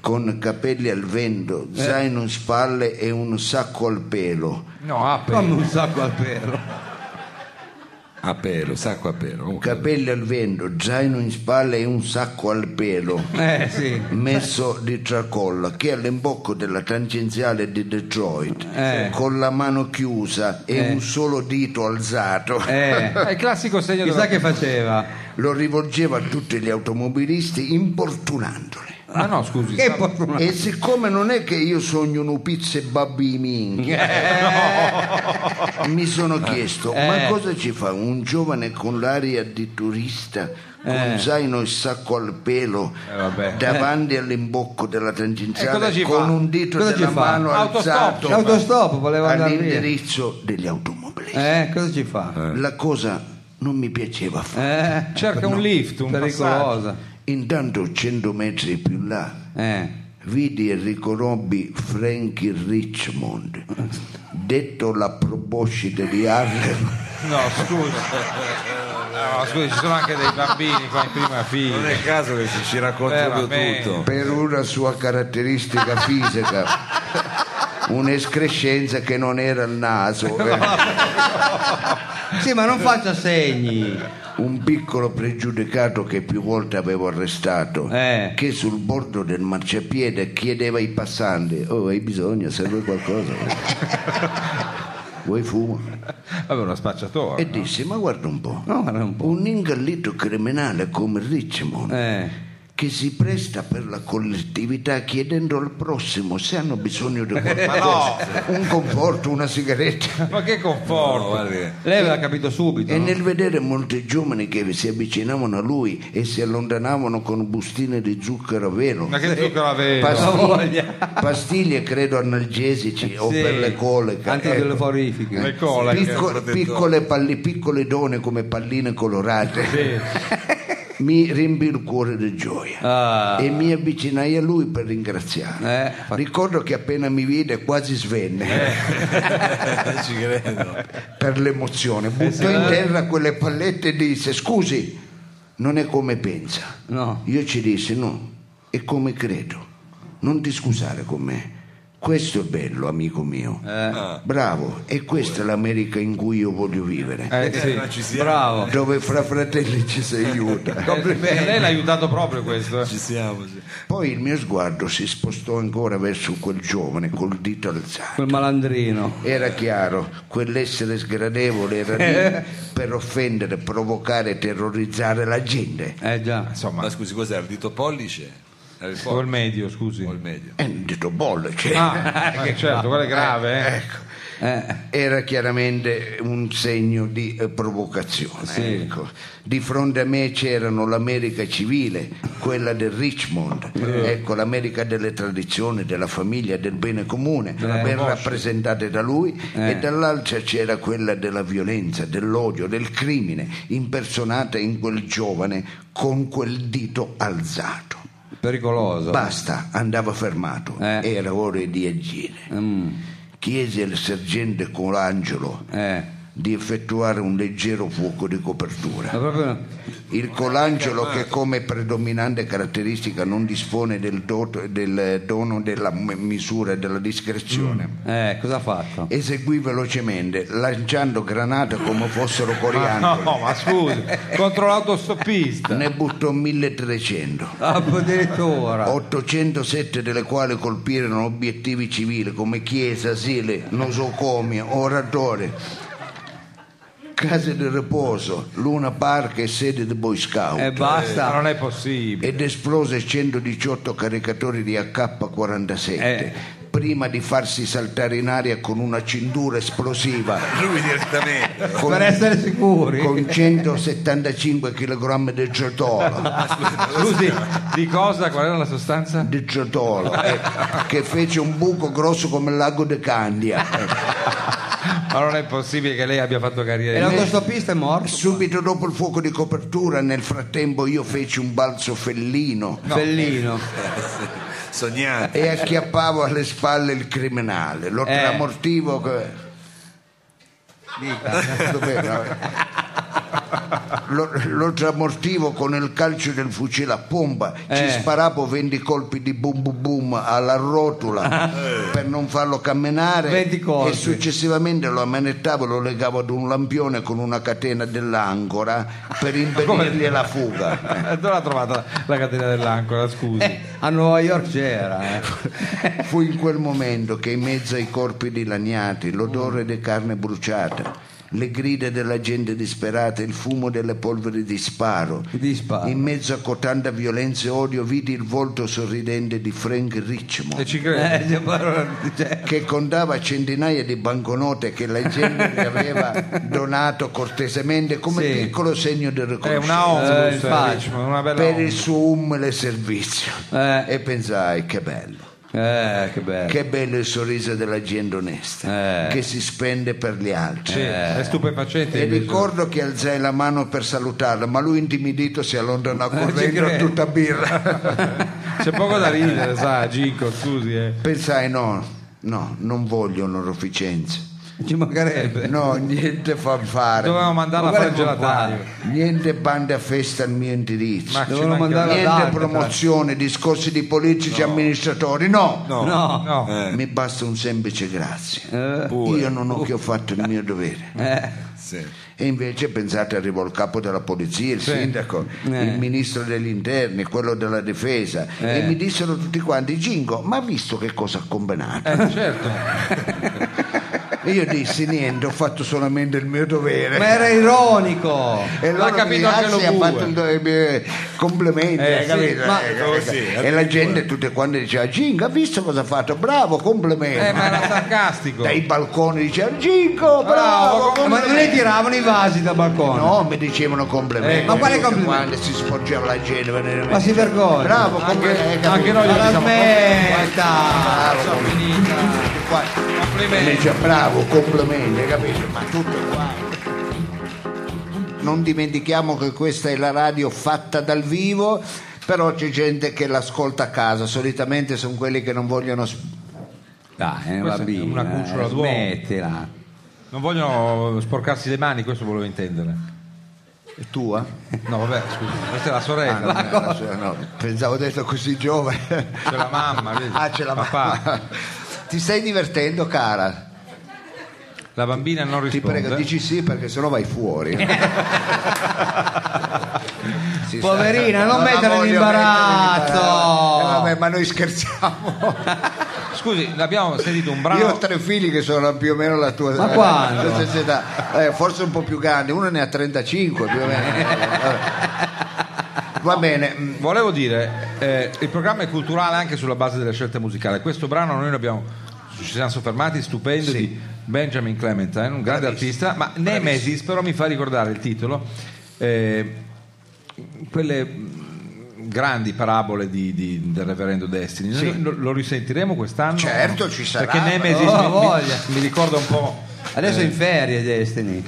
con capelli al vento, zaino in spalle e un sacco al pelo. No, apri. Come un sacco al pelo. A pelo, sacco a pelo. comunque. Capelli al vento, zaino in spalle e un sacco al pelo Eh sì. messo di tracolla che è all'imbocco della tangenziale di Detroit Eh. con la mano chiusa e Eh. un solo dito alzato Eh. È il classico segno Chissà della... che faceva. lo rivolgeva a tutti gli automobilisti importunandoli Ma no, scusi. Che sta- fortuna. E siccome non è che io sogno un pizza e babbi minchia, Eh, mi sono chiesto, Eh, ma cosa ci fa un giovane con l'aria di turista, con zaino e sacco al pelo, eh." vabbè. davanti all'imbocco della Eh, cosa tangenziale, ci con fa? un dito Cosa ci della fa? mano Autostop. alzato L'autostop voleva andare via. all'indirizzo degli automobilisti? Eh, cosa ci fa? La cosa non mi piaceva affatto. Eh, Cerca un lift, un passaggio. pericolosa. Intanto, cento metri più là, Eh. vidi e riconobbi Frankie Richmond, detto la proboscide di Harlem. No, scusa. No, scusi, ci sono anche dei bambini qua in prima Non fila. è il caso che ci, ci racconti Eh, proprio vabbè. tutto. Per una sua caratteristica fisica, un'escrescenza che non era il naso, eh, Sì, ma non faccia segni. un piccolo pregiudicato che più volte avevo arrestato, Eh. che sul bordo del marciapiede chiedeva ai passanti, oh hai bisogno, serve qualcosa? Vuoi fumo? Vabbè, uno spacciatore. E disse, ma guarda un po', No, guarda un po'. un ingallito criminale come Richmond Eh. che si presta per la collettività chiedendo al prossimo se hanno bisogno di qualcosa, un conforto, una sigaretta. Ma che No, conforto. guarda che- Lei aveva capito subito. E no? nel vedere molti giovani che si avvicinavano a lui e si allontanavano con bustine di zucchero a velo, Ma che zucchero aveva? Passa pastiglie, voglia. pastiglie, credo analgesici o Sì. per le coliche. ecco. Antidolorifiche. Le cola. che- Picco- protettore. piccole, palli- piccole done come palline colorate. mi riempì il cuore di gioia Ah. e mi avvicinai a lui per ringraziarlo. Eh, fa- Ricordo che appena mi vide quasi svenne Eh, ci credo. per l'emozione, buttò in terra quelle pallette e disse: Scusi, non è come pensa. No. Io ci dissi: No, è come credo. Non ti scusare con me. Questo è bello, amico mio. Eh. Bravo, e questa è l'America in cui io voglio vivere. Eh, sì. Non ci siamo. Bravo. dove fra fratelli ci si aiuta. Eh, Lei l'ha aiutato proprio questo. eh. Ci siamo. sì. Poi il mio sguardo si spostò ancora verso quel giovane col dito alzato. Quel malandrino. Era chiaro, quell'essere sgradevole era lì per offendere, provocare, terrorizzare la gente. Eh già. Insomma, Ma scusi, cos'è? Il dito pollice? Era il col pollice medio, o il scusi. medio? E un dito bolle, cioè. Ah, eh, certo, quello è grave, eh. Eh. Era chiaramente un segno di eh, provocazione. ecco. Di fronte a me c'erano l'America civile, quella del Richmond, ecco, l'America delle tradizioni, della famiglia, del bene comune, ben rappresentate da lui, e dall'altra c'era quella della violenza, dell'odio, del crimine, impersonata in quel giovane con quel dito alzato. Pericoloso. Basta, andava fermato, Certo. Eh. era ora di agire. Mm. Chiese al sergente Colangelo Eh. di effettuare un leggero fuoco di copertura. Ma proprio- Il colangelo che come predominante caratteristica non dispone del, doto- del dono della m- misura e della discrezione. Eh, cosa ha fatto? Eseguì velocemente, lanciando granate come fossero No, coriandoli. ma scusi, contro l'autostoppista. Ne buttò 1300, Ah, Oh, addirittura. 807 delle quali colpirono obiettivi civili come chiese, asili, nosocomi, oratori, case di riposo, luna park e sede di Boy Scout. E Ma Eh, basta. non è possibile. ed esplose 118 caricatori di AK-47 Eh. prima di farsi saltare in aria con una cintura esplosiva Lui direttamente. con, per essere sicuri. con 175 kg di giotolo, Scusi, di cosa? Qual era la sostanza? di giotolo, eh, che fece un buco grosso come il lago de Candia. Ma non è possibile che lei abbia fatto E carriera. l'autostopista è morto. Subito dopo il fuoco di copertura, nel frattempo io feci un balzo fellino Bellino. Sognate. e acchiappavo alle spalle il criminale, lo Eh. tramortivo che- Dica. Dov'era? Lo, lo tramortivo con il calcio del fucile a pompa, Eh. ci sparavo 20 colpi di boom boom boom alla rotula per non farlo camminare 20 Eh. colpi. e successivamente lo ammanettavo e lo legavo ad un lampione con una catena dell'ancora per impedirgli la fuga. Eh, Dove l'ha trovata la, la catena dell'ancora? Scusi. Eh, a New York c'era. eh. Fu in quel momento che in mezzo ai corpi dilaniati, l'odore di carne bruciata, le grida della gente disperata, il fumo delle polveri di sparo, Di sparo. in mezzo a cotanta violenza e odio, vidi il volto sorridente di Frank E Richmond ci credo. Eh, cioè, però, cioè, che contava centinaia di banconote che la gente gli aveva donato cortesemente come Sì. piccolo segno di È una riconoscenza omnibus, Eh, infatti. Richmond, una bella per il omnibus. suo umile servizio. Eh. E pensai, che bello. eh, che bello. Che bello il sorriso della gente onesta Eh. che si spende per gli altri. Sì, è stupefacente. E il viso. ricordo che alzai la mano per salutarlo, ma lui intimidito si allontanò ci correndo a credo. tutta birra. C'è poco da ridere, sa, Ginko, scusi. eh. Pensai no, no, non voglio onorificenze. Ci mancherebbe. No, niente fanfare. Dovevamo mandarla a Ma fare il guarda come gelataio. Niente bande a festa al mio indirizzo. Ma Ah, ci Dovevano mancherebbe. mandarla ad Niente Alcatraz. promozione, discorsi di politici e amministratori, no. No. No. No. Eh, Mi basta un semplice grazie. Eh, pure. Io non ho che ho fatto il mio dovere. eh, Sì. E invece pensate arrivò il capo della polizia, il sindaco, Eh. il ministro degli interni, quello della difesa Eh. e mi dissero tutti quanti, Gingo, ma ha visto che cosa ha combinato? Eh, certo. E io dissi, niente, ho fatto solamente il mio dovere. Ma era ironico. E l'ha loro mi capito anche grazie, lo ha bue. fatto il do- i miei complimenti, Eh, hai sì, capito? ma- Eh, così, capito? e la addirittura. gente tutte quante diceva, Gingo, ha visto cosa ha fatto? Bravo, complimenti. Eh, ma era sarcastico. Dai balconi diceva, Gingo, Bravo, bravo, complimenti. Ma non le tiravano i vasi dal balcone. No, mi dicevano complimenti. Eh, ma quale Tutte complimenti? quante si sporgeva la gente. veramente. Ma si vergogna. Bravo, complimenti. anche noi Ma gli la diciamo- smetta. Bravo, Sono finita. Mi Complimenti. dice bravo, complimenti, hai capito? Ma tutto qua. Non dimentichiamo che questa è la radio fatta dal vivo, però c'è gente che l'ascolta a casa, solitamente sono quelli che non vogliono... s- Dai, è una Questa è bambina. una cucciola eh, d'uomo. Smettila. Non vogliono sporcarsi le mani, questo volevo intendere. È tua? No, vabbè, scusi, questa è la Ah, sorella, eh. non è la sua, no. Pensavo detto così giovane. c'è la mamma, vedi? Ah, ce la Papà. mamma. Ti stai divertendo, cara? La bambina non Ti risponde. prego, dici sì perché sennò vai fuori. Sì, Poverina, sì. non la mettere in voglio imbarazzo. mettere in imbarazzo. Eh, vabbè, ma noi scherziamo. Scusi, abbiamo sentito un brano. Io ho tre figli che sono più o meno la tua Ma quando? la stessa età. Eh, forse un po' più grande, uno ne ha 35 più o meno. Va bene. mm, Volevo dire, eh, il programma è culturale anche sulla base delle scelte musicali. Questo brano noi l'abbiamo, ci siamo soffermati, stupendo, di Benjamin Clementine, un grande artista, ma Nemesis però mi fa ricordare il titolo, eh, quelle mh, grandi parabole di- di- del reverendo Destiny. Noi Lo, lo risentiremo quest'anno? Certo, ci sarà, Perché Nemesis però. mi- Oh, voglia. mi, mi ricorda un po'... Adesso è in ferie Destiny.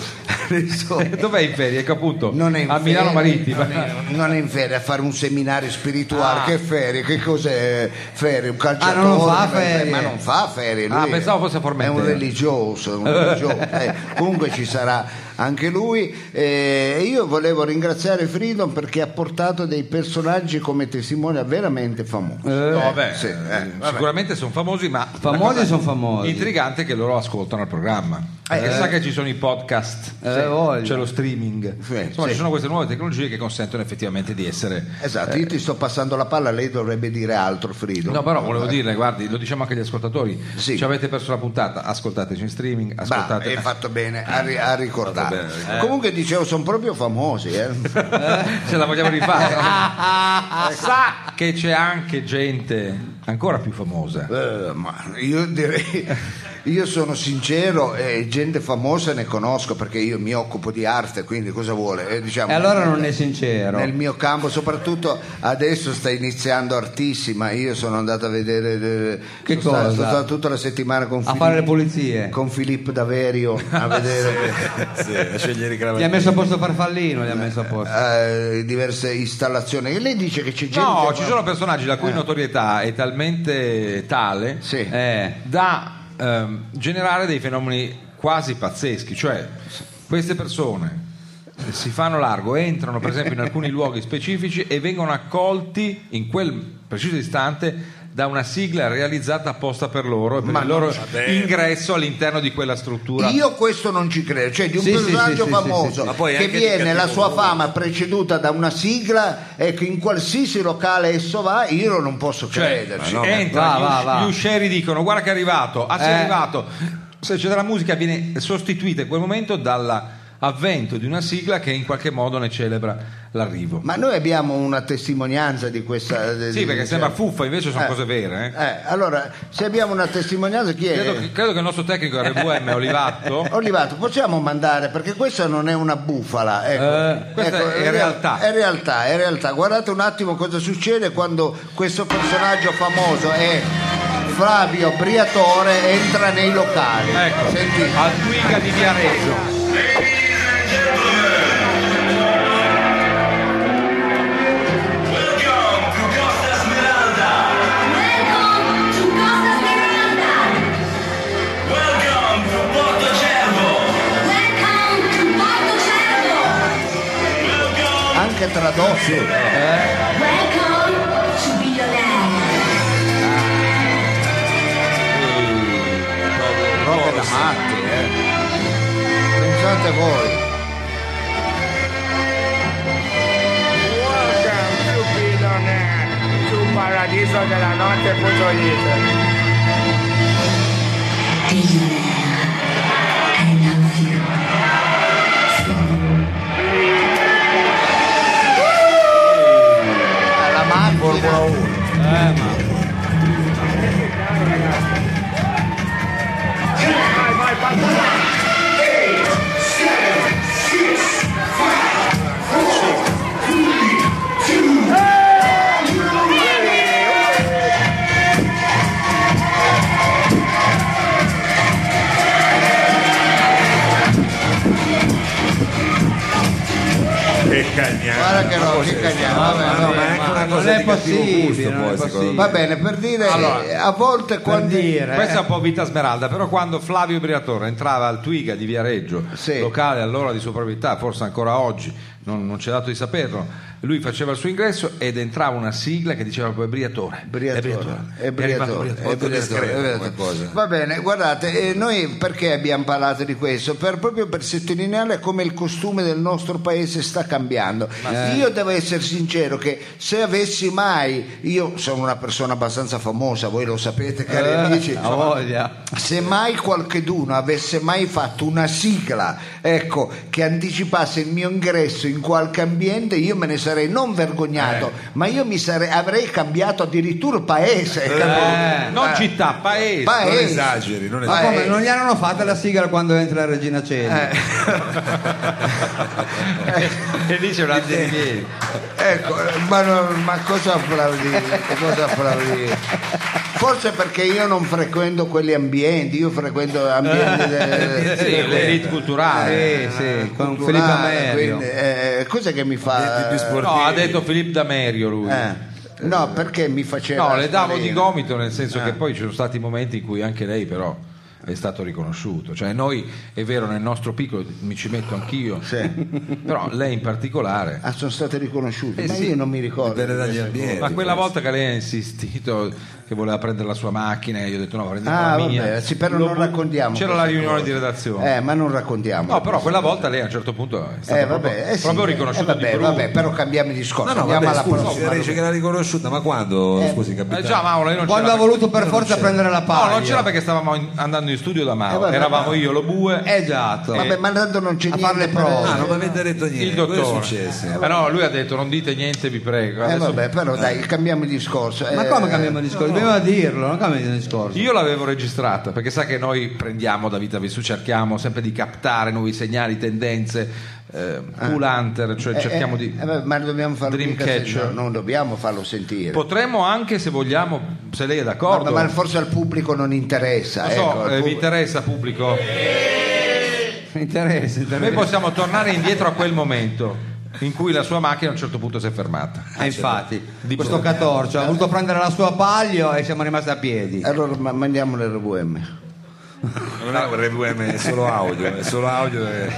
adesso Dov'è in ferie? Caputo? non è in a ferie, Milano Marittima. non è- non è in ferie a fare un seminario spirituale Ah. che ferie che cos'è ferie un calciatore non lo fa beh, beh, ferie. ma non fa ferie lui Ah, è- pensavo fosse è Formentera. un religioso, un religioso. Eh, comunque ci sarà anche lui Eh, e io volevo ringraziare Freedom perché ha portato dei personaggi come testimone veramente famosi No, vabbè, sì, eh, sicuramente sono famosi, ma la Famosi cosa sono famosi. Intrigante è che loro ascoltano il programma. Eh. Perché sa che ci sono i podcast, Eh, voglio. c'è lo streaming. Sì, Insomma, sì. ci sono queste nuove tecnologie che consentono effettivamente di essere. esatto io ti sto passando la palla lei dovrebbe dire altro Freedom Eh. No, però volevo dirle, guardi, lo diciamo anche agli ascoltatori. Sì. Ci avete perso la puntata, ascoltateci in streaming, Bravo, eh, ascoltate. eh. hai fatto bene a, ri- a ricordare. Fatto bene a ricordare. Comunque dicevo, sono proprio famosi. eh. Ce la vogliamo rifare. sa che c'è anche gente ancora più famosa. Eh, ma io direi, io sono sincero, eh, gente famosa ne conosco perché io mi occupo di arte, quindi cosa vuole? Eh, diciamo, E allora non è sincero. Nel mio campo, soprattutto adesso sta iniziando Artissima, io sono andato a vedere... eh, Che sono stato- cosa? sono stato tutta la settimana con A Filippo- fare le Ah, pulizie. Con Filippo Daverio a vedere... Sì, a scegliere i Gli ha cravatini. messo a posto Farfallino, gli ha messo a posto. eh, diverse installazioni e lei dice che c'è gente No, ci sono personaggi la cui notorietà è talmente tale Sì. eh, da ehm, generare dei fenomeni quasi pazzeschi, cioè queste persone si fanno largo, entrano per esempio in alcuni luoghi specifici e vengono accolti in quel preciso istante da una sigla realizzata apposta per loro e per Ma il loro vabbè. ingresso all'interno di quella struttura. Io questo non ci credo, cioè di un Sì, sì, personaggio sì, sì, sì, famoso sì. Ma poi che anche di viene la cattivo sua umore. fama preceduta da una sigla e che in qualsiasi locale esso va, io non posso Cioè, crederci. ci entra, Va, gli, va, usci- va. gli uscieri dicono guarda che è arrivato, ah, sei Eh. arrivato. Se c'è della musica viene sostituita in quel momento dall'avvento di una sigla che in qualche modo ne celebra l'arrivo. Ma noi abbiamo una testimonianza di questa. di- sì, perché di- sembra fuffa, invece sono Eh. cose vere. eh. Eh, allora, se abbiamo una testimonianza, chi è? Credo, che, credo che il nostro tecnico RVM Olivatto Olivato, possiamo mandare perché questa non è una bufala, ecco. Eh, questa Ecco, è realtà. È realtà, è realtà. Guardate un attimo cosa succede quando questo personaggio famoso è Flavio Briatore entra nei locali. ecco, Sentite. al Twiga di Viareggio. anche eh, tradotto. Roba da matti, eh. Pensate voi. Paradiso della notte.it La macchina. Che cagnano. Guarda che roba, che cagnano. Vabbè, No, vabbè. ma ecco. è anche una non cosa è di cattivo possibile, gusto, non poi, è secondo me. Va bene, per dire, eh, a volte quando... dire. Questa è un po' vita smeralda, però quando Flavio Briatore entrava al Twiga di Viareggio, Sì. locale allora di sua proprietà, forse ancora oggi, non, non c'è dato di saperlo, lui faceva il suo ingresso ed entrava una sigla che diceva proprio Briatore. Briatore, È è È arrivato Briatore, Briatore. è Briatore, discreto è Briatore. come cosa. Va bene, guardate, eh, noi perché abbiamo parlato di questo? Per- proprio per sottolineare come il costume del nostro paese sta cambiando. Eh, Io devo essere sincero che se avessi mai, io sono una persona abbastanza famosa, voi lo sapete cari amici, Eh, ha voglia. se mai qualcheduno avesse mai fatto una sigla ecco, che anticipasse il mio ingresso in in qualche ambiente io me ne sarei non vergognato, ma io mi sarei, avrei cambiato addirittura paese. capito? non Eh. città, paese. Paese. Non esageri, non Ma esageri. Ma come, eh. non gli hanno fatta la sigla quando entra la regina Celia? Eh. e lì c'è un altro di piedi. Ecco, ma, non- ma cosa applaudire? Cosa applaudire? Forse perché io non frequento quegli ambienti, io frequento ambienti de- Sì, l'elite culturale. Eh. Sì, sì, con culturali, Filippo Amelio. quindi, eh, cos'è che mi Ambienti più fa? sportivi. No, ha detto Filippo D'Amerio lui. eh, no, perché mi faceva. No, le davo sparire? di gomito nel senso che poi ci sono stati momenti in cui anche lei però è stato riconosciuto. Cioè noi, è vero, nel nostro piccolo, mi ci metto anch'io, però lei in particolare. Ah, sono state riconosciute, Eh ma sì. io non mi ricordo. Dipende dagli queste ambienti. Ma quella volta che lei ha insistito che voleva prendere la sua macchina, e io ho detto no, prendi Ah, la vabbè, mia. sì, però non raccontiamo C'era la queste riunione cose. di redazione. cose. Eh, ma non raccontiamo. No, però quella volta lei a un certo punto è stato Eh, vabbè, proprio, eh, sì, proprio eh, riconosciuto eh, vabbè, di brutto. vabbè, però cambiamo No, discorso. no, andiamo vabbè, alla scusi, prossima. lei dice che l'ha riconosciuta, ma quando? Scusi, Eh, capitano. già, Mauro, lei non Quando c'era ha perché- voluto per forza prendere la No, paglia. non c'era perché stavamo in- andando in studio da Mauro. Eh, vabbè, Eravamo io, lo bue. Esatto. Eh, Vabbè, ma tanto non c'è A niente. fare le per- prove. Ah, non mi avete detto niente. il Cosa è dottore. successo? Eh, no, lui ha detto non dite niente, vi prego. Eh, Adesso- vabbè, però dai, cambiamo discorso. Ma eh, come cambiamo discorso? Doveva dirlo, non cambiamo discorso. Io l'avevo registrata perché sa che noi prendiamo da vita vissuta, cerchiamo sempre di captare nuovi segnali, tendenze, eh, cool hunter, cioè eh, cerchiamo eh, di... eh, ma dobbiamo farlo Dream mica catcher. sentire, non dobbiamo farlo sentire. Potremmo anche, se vogliamo, se lei è d'accordo... Ma, ma forse al pubblico non interessa. Lo so, ecco, al eh, vi pubblico- interessa pubblico? Mi interessa, Eh. Noi interessa. possiamo tornare indietro a quel momento in cui la sua macchina a un certo punto si è fermata. Eh, infatti, Di questo catorcio ha voluto prendere la sua paglio e siamo rimasti a piedi. Allora ma- mandiamo l'RVM. Non è un RVM, Eh, è solo audio, è solo audio e...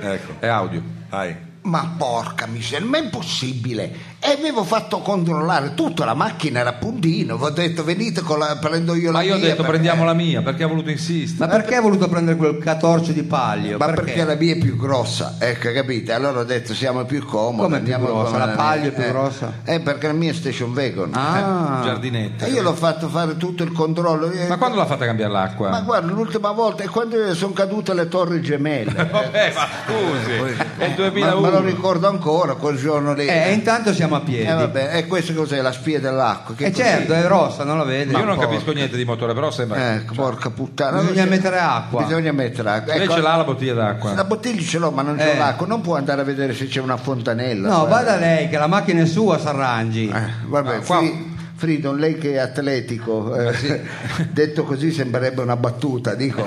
Ecco, È audio. Ah, vai. Ma porca miseria, ma è impossibile! E avevo fatto controllare tutto, la macchina era a puntino, vi ho detto venite, con la- prendo io la Ma io ho mia detto perché- prendiamo la mia perché ha voluto insistere. Ma perché ha voluto prendere quel catorcio di paglio? eh, Ma perché? la mia è più grossa, ecco, capite? Allora ho detto siamo più comodi. Come è più andiamo grossa? con La mia. paglia è più Eh, grossa? Eh, perché la mia è station wagon. Ah, Giardinetta. Eh, Io l'ho fatto fare tutto il controllo. eh, Ma quando l'ha fatta cambiare l'acqua? Ma guarda, l'ultima volta è quando sono cadute le torri gemelle. Vabbè, Eh, ma Eh, scusi, è il ma me 2001. lo ricordo ancora quel giorno lì. Eh, e intanto siamo a piedi. Eh, vabbè, e questo cos'è? La spia dell'acqua. Che Eh, cos'è? certo, è rossa, non la vedi? Io non porca. capisco niente di motore, però sembra. Ecco, porca puttana. Bisogna Allora, mettere acqua. Bisogna mettere acqua. Lei Ecco, ce l'ha la bottiglia d'acqua. La bottiglia ce l'ho, ma non c'è Eh. l'acqua. Non può andare a vedere se c'è una fontanella. No, guarda. vada lei che la macchina è sua, s'arrangi. Eh, vabbè, Ah, qua- Fri- Fridon, lei che è atletico, eh, detto così sembrerebbe una battuta, dico.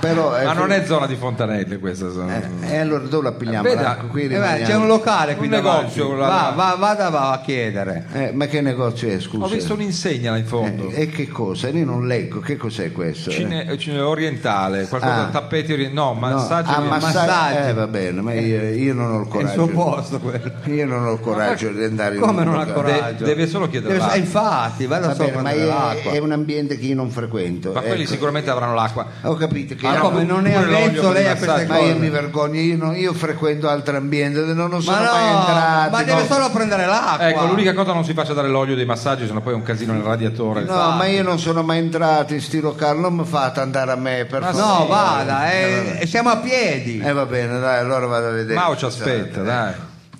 Però, eh, Ma non Fri- è zona di Fontanelle questa. sono- Eh, eh, allora dove la pigliamo? Veda, l'acqua? Qui Eh, beh, rimaniamo. c'è un locale qui Un davanti. negozio, va, là- va, vada va a chiedere. Eh, ma che negozio è, scusa? Ho visto un'insegna là in fondo. Eh, e che cosa? Io non leggo, che cos'è questo? eh? Cine, cine- orientale, Ah. qualcosa, tappeti orientali, no, No, massaggi ah, orientali. massa- massaggi. eh, va bene, ma io, io non ho il È il coraggio. suo posto quello. Io non ho il coraggio di andare in Come un non ha locale. De- coraggio? deve solo chiedere Deve- l'acqua. eh, infatti, vada Va solo a bene, ma prendere è, l'acqua. è un ambiente che io non frequento. Ma quelli ecco. sicuramente avranno l'acqua. Ho capito che Ma io- come non è pure l'olio avvezzo per lei i a queste massaggi. Ma io mi cose? vergogno, io, non- io frequento altri ambienti, non, non sono Ma mai no, entrato. ma deve no. solo prendere l'acqua. Ecco, l'unica cosa non si faccia dare l'olio dei massaggi, sennò poi è un casino nel radiatore. No, ma io non sono mai entrato in sti locali, non mi fate andare a me per Ma favore. no, vada, eh, vabbè. e siamo a piedi. Eh, va bene, dai, allora vado a vedere. Esatto. Mao ci aspetta, dai.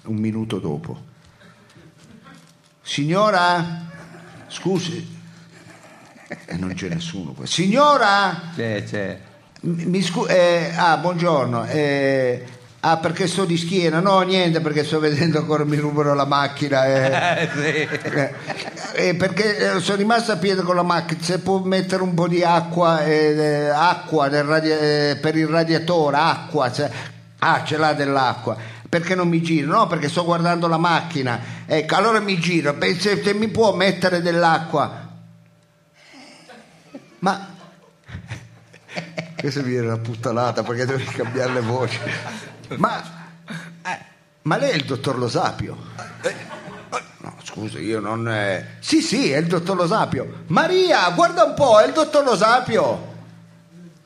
Un minuto dopo. Signora? Scusi. E non c'è nessuno qua. Signora? C'è, c'è. Mi mi scu- eh, ah, buongiorno. eh, ah, perché sto di schiena? No, niente, perché sto vedendo ancora mi rubano la macchina. eh. Eh, eh, perché eh, sono rimasto a piedi con la macchina, se può mettere un po' di acqua, eh, eh, acqua nel radia- eh, per il radiatore, acqua, cioè- ah ce l'ha dell'acqua, perché non mi giro? No, perché sto guardando la macchina, ecco, allora mi giro, beh, se, se mi può mettere dell'acqua, ma... Questa viene una puttanata perché devi cambiare le voci. Ma, eh, ma lei è il dottor Lo Sapio? Eh, No, scusa, io non. eh, Sì, sì, è il dottor Lo Sapio. Maria, guarda un po', è il dottor Lo Sapio.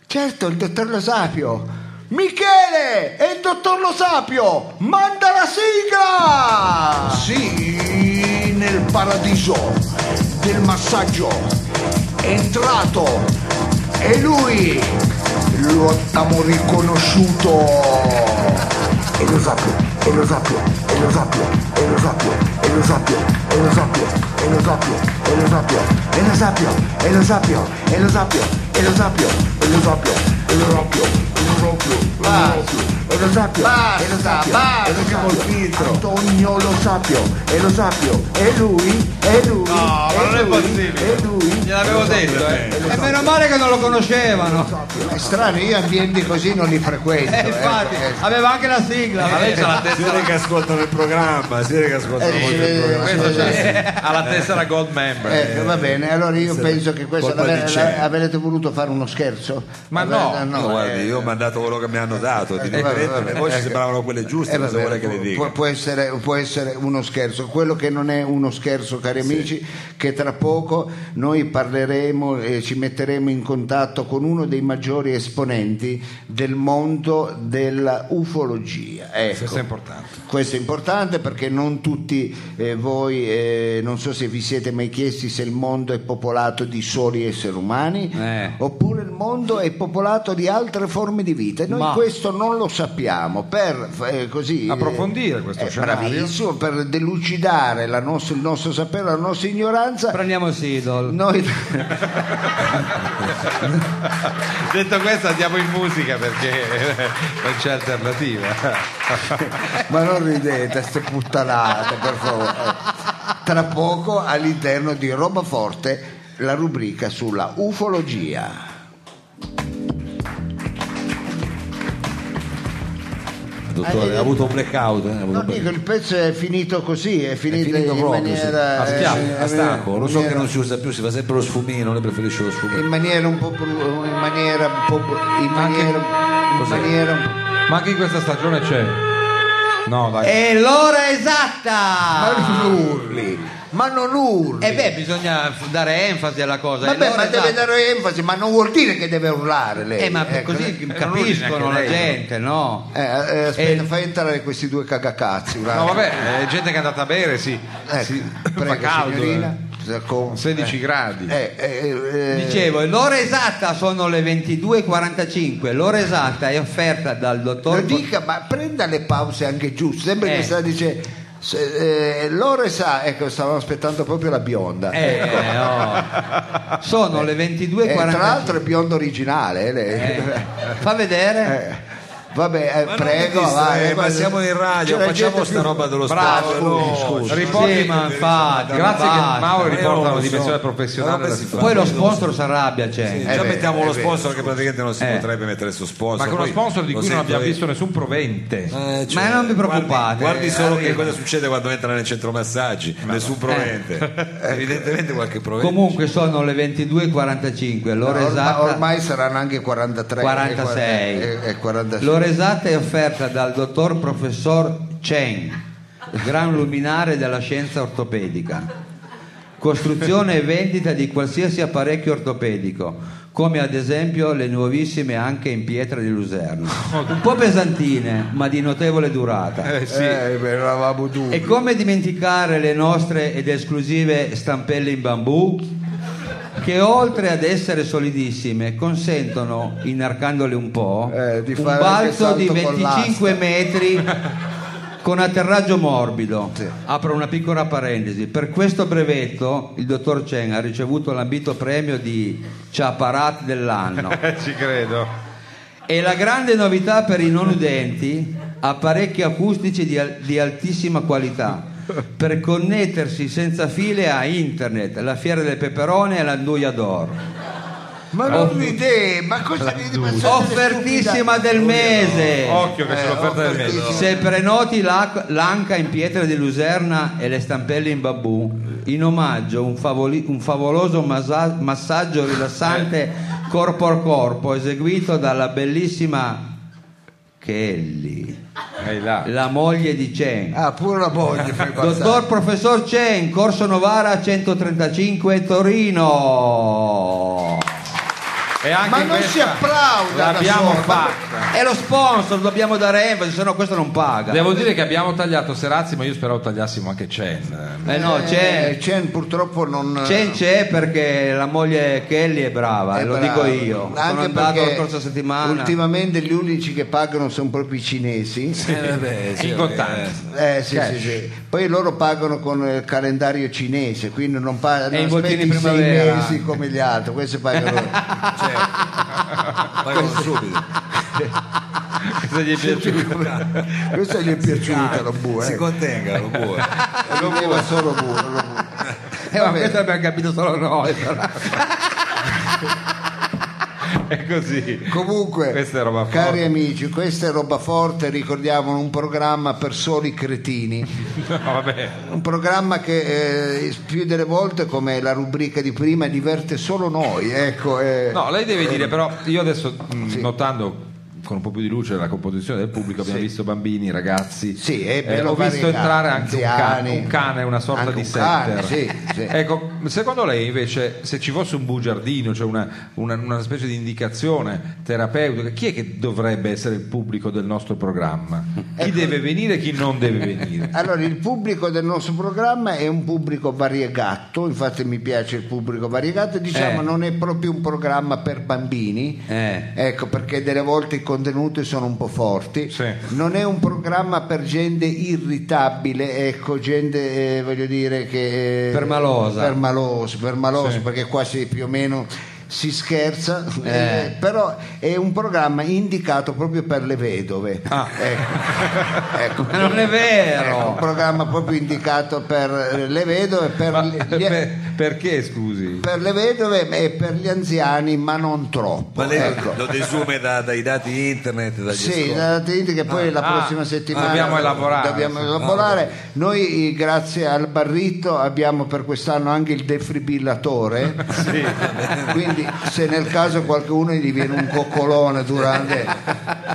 Certo, è il dottor Lo Sapio. Michele, è il dottor Lo Sapio. Manda la sigla! Sì, nel paradiso del massaggio è entrato e lui lo abbiamo riconosciuto. E lo Sapio, e lo sappia, e lo sappia, e lo sappia, e lo sappia, e lo sappia, e lo sappia, e lo sappia, e lo sappia, e lo sappia, e lo sappia, e lo sappia, e lo sappia, e lo sappia, e lo sappia, e lo sappia, e lo sappia, e lo sappia, Antonio lo sappio, e lo sappio, e lui, e lui, No, ma non Eh. è e lui, possibile. e lui, Gliel'avevo detto, eh. E meno male che non lo conoscevano. È strano, io ambienti così non li frequento. Eh, ecco, infatti, eh. aveva anche la sigla. Ma lei c'ha la Si vede che ascoltano il programma, si vede che ascoltano Eh, molto il eh, programma. Questo Eh. c'ha- ha la tessera gold member. Ecco, va bene, allora io penso che questo colpa l'ave- di la- Cem. avrete voluto fare uno scherzo? Ma Vabbè, no, No, guardi, eh, io ho mandato quello che mi hanno dato, di eh, vabbè, differente, vabbè, le voci ecco. sembravano quelle giuste, eh, cosa vabbè, vuole che le può, dica? può essere, può essere uno scherzo, quello che non è uno scherzo, cari amici, che tra poco noi parleremo e ci metteremo in contatto con uno dei maggiori esponenti del mondo della ufologia. Ecco. Questo è importante. Questo è importante perché non tutti eh, voi, eh, non so se vi siete mai chiesti se il mondo è popolato di soli esseri umani Eh. oppure il mondo è popolato di altre forme di vita. E Noi Ma- questo non lo sappiamo per eh, così Approfondire questo eh, scenario. bravissimo, per delucidare la nostra- il nostro sapere, la nostra ignoranza. Prendiamo Sidol. Noi Detto questo andiamo in musica perché non c'è alternativa. Ma non ridete, ste puttanate, per favore. Tra poco all'interno di Roba Forte la rubrica sulla ufologia. Dottore, ha avuto un blackout? eh? Ha avuto Non un blackout. dico, il pezzo è finito così, è È finito, finito in proprio, sì. maniera... a, eh, schiaffo, a stacco. Lo so maniera- che non si usa più, si fa sempre lo sfumino, lei preferisce lo sfumino. In maniera un po'... bru- In maniera un po'... bru- In maniera... In Cos'è? maniera un po'... Ma anche in questa stagione c'è. No, dai. È l'ora Ma esatta! non urli, ma non urli. E Eh, beh, bisogna f- dare enfasi alla cosa. è Eh Vabbè, l'ora ma deve esatta. dare enfasi, ma non vuol dire che deve urlare lei. Eh, ma ecco. così non capiscono urli la neanche lei, no? gente, no? Eh, eh, aspetta, Eh, fai entrare questi due cagacazzi. guarda. No, vabbè, è gente che è andata a bere, sì. Ecco, Sì, prego, fa caldo. signorina. eh. Con- 16 gradi. Eh, eh, eh, Dicevo, l'ora esatta sono le 22.45, l'ora esatta è offerta dal lo dottor... dica, ma prenda le pause anche giuste. Sembra che Eh. sta dice. se- eh, l'ora sa, ecco, stavamo aspettando proprio la bionda. Eh, no. Sono le Eh, tra 22.45. l'altro è bionda originale. eh, lei. Eh, fa vedere. Eh, Vabbè, eh, Ma non prego, mi distrae, vai, ma vai. siamo in radio, C'è la facciamo gente sta roba dello Bravo, spazio, no, scusi, scusi. Riporti, Sì, ma ma- infatti, Grazie ma che basta. Mauro Io riporta non la so. dimensione Ma professionale. roba della si fa. situazione. Poi lo sponsor si arrabbia, Sì, c'è. già Eh, beh, Cioè, mettiamo eh, lo beh, sponsor che praticamente non si Eh. potrebbe mettere sto sponsor. Ma con uno poi sponsor di lo cui non sento abbiamo io. visto Eh, nessun provente. Eh, Ma non vi preoccupate, Eh, Guardi, guardi solo arriva. che cosa succede quando entra nel centro massaggi. Nessun provente. Eh. Evidentemente qualche provente. Comunque sono le 22.45, l'ora Orma- esatta... ormai saranno anche eh, 43 46. e, e 46. L'ora esatta è offerta dal dottor professor Chen, gran luminare della scienza ortopedica. Costruzione e vendita di qualsiasi apparecchio ortopedico, come ad esempio le nuovissime anche in pietra di lucerna. Un po' pesantine, ma di notevole durata. Eh, sì. Eh, beh, eravamo due. E come dimenticare le nostre ed esclusive stampelle in bambù? Che oltre ad essere solidissime consentono, inarcandole un po', Eh, di un fare anche balzo di salto con 25 l'asta. metri con atterraggio morbido. Sì. Apro una piccola parentesi. Per questo brevetto il dottor Chen ha ricevuto l'ambito premio di Ciaparat dell'anno. Eh, ci credo. E la grande novità per i non udenti, apparecchi acustici di, al- di altissima qualità per connettersi senza file a internet, la fiera del peperone e l'anduia d'oro. Ma non ridete, ma cosa ride? Ma sono delle Offertissima del mese! Occhio che c'è Eh, l'offerta del offertissima. mese. Se prenoti l'ac- l'anca in pietra di lucerna e le stampelle in babù, in omaggio un, favoli- un favoloso masa- massaggio rilassante corpo a corpo eseguito dalla bellissima Kelly. Ehi là. La moglie di Chen. stupidate. Ah, pure la moglie fai Dottor passare. professor Chen, corso Novara 135 Torino. E anche Ma non si questa applauda da L'abbiamo solo, ma- fatta. È lo sponsor, dobbiamo dare enfasi, se no questo non paga. Devo dire che abbiamo tagliato Serazzi, ma io speravo tagliassimo anche Chen. Eh no, Eh, c'è. Chen purtroppo non... C'è, c'è perché la moglie Kelly è brava, è lo bravo. dico io. Sono Anche andato la perché scorsa settimana. Ultimamente gli unici che pagano sono proprio i cinesi. Eh, vabbè, sì, In contanti. Eh, sì, sì, sì. Poi loro pagano con il calendario cinese, quindi non pagano E i non bottini aspetti sei primavera. mesi come gli altri, questi pagano. Ah, pagano subito. Cosa gli è piaciuto? Questo gli è piaciuto lo bue. Si Eh. contenga, lo vuoi. Lo bue solo bue. Lo Eh, ma questo abbiamo capito solo noi. però. È così. Comunque, Questa è roba forte. cari amici, questa è roba forte, ricordiamo un programma per soli cretini. No, vabbè. Un programma che eh, più delle volte, come la rubrica di prima, diverte solo noi. Ecco, eh. No, lei deve dire, però, io adesso mh, notando con un po' più di luce la composizione del pubblico abbiamo visto bambini, ragazzi. Sì, è Eh, bello ho visto variegato, entrare anche un cane, anziani. un cane, una sorta Anche di un cane, setter. sì, sì. Ecco, secondo lei invece se ci fosse un bugiardino, cioè una, una- una specie di indicazione terapeutica, chi è che dovrebbe essere il pubblico del nostro programma? Ecco. Chi deve venire e chi non deve venire? Allora, il pubblico del nostro programma è un pubblico variegato, infatti mi piace il pubblico variegato, diciamo Eh. non è proprio un programma per bambini, Eh. ecco perché delle volte i contenuti sono un po' forti, Sì. non è un programma per gente irritabile, ecco gente eh, voglio dire che... eh, Per malosa. Per maloso, per maloso, perché qua si più o meno... Si scherza, eh, però è un programma indicato proprio per le vedove. Ecco. Ecco. Ma non è Ecco, un vero. programma proprio indicato per eh, le vedove, per, Ma, gli- per- perché scusi? per le vedove e per gli anziani, ma non troppo. Ma lei ecco. lo desume da- dai dati internet, dagli Sì, ascolti. date indica che poi la Ah, prossima settimana dobbiamo elaborare, Ah, dobbiamo sì. elaborare. Noi, eh, grazie al Barrito, abbiamo per quest'anno anche il defibrillatore. Quindi, se nel caso qualcuno gli viene un coccolone durante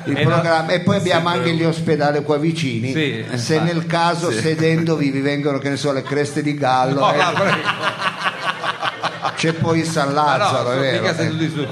il E no- programma, e poi abbiamo anche gli ospedali qua vicini. Sì, se nel caso, sedendovi, vi vengono che ne so, le creste di gallo, No, eh, ma prego. c'è poi il San Ma no, Lazzaro. è sono vero, mica eh. seduti su-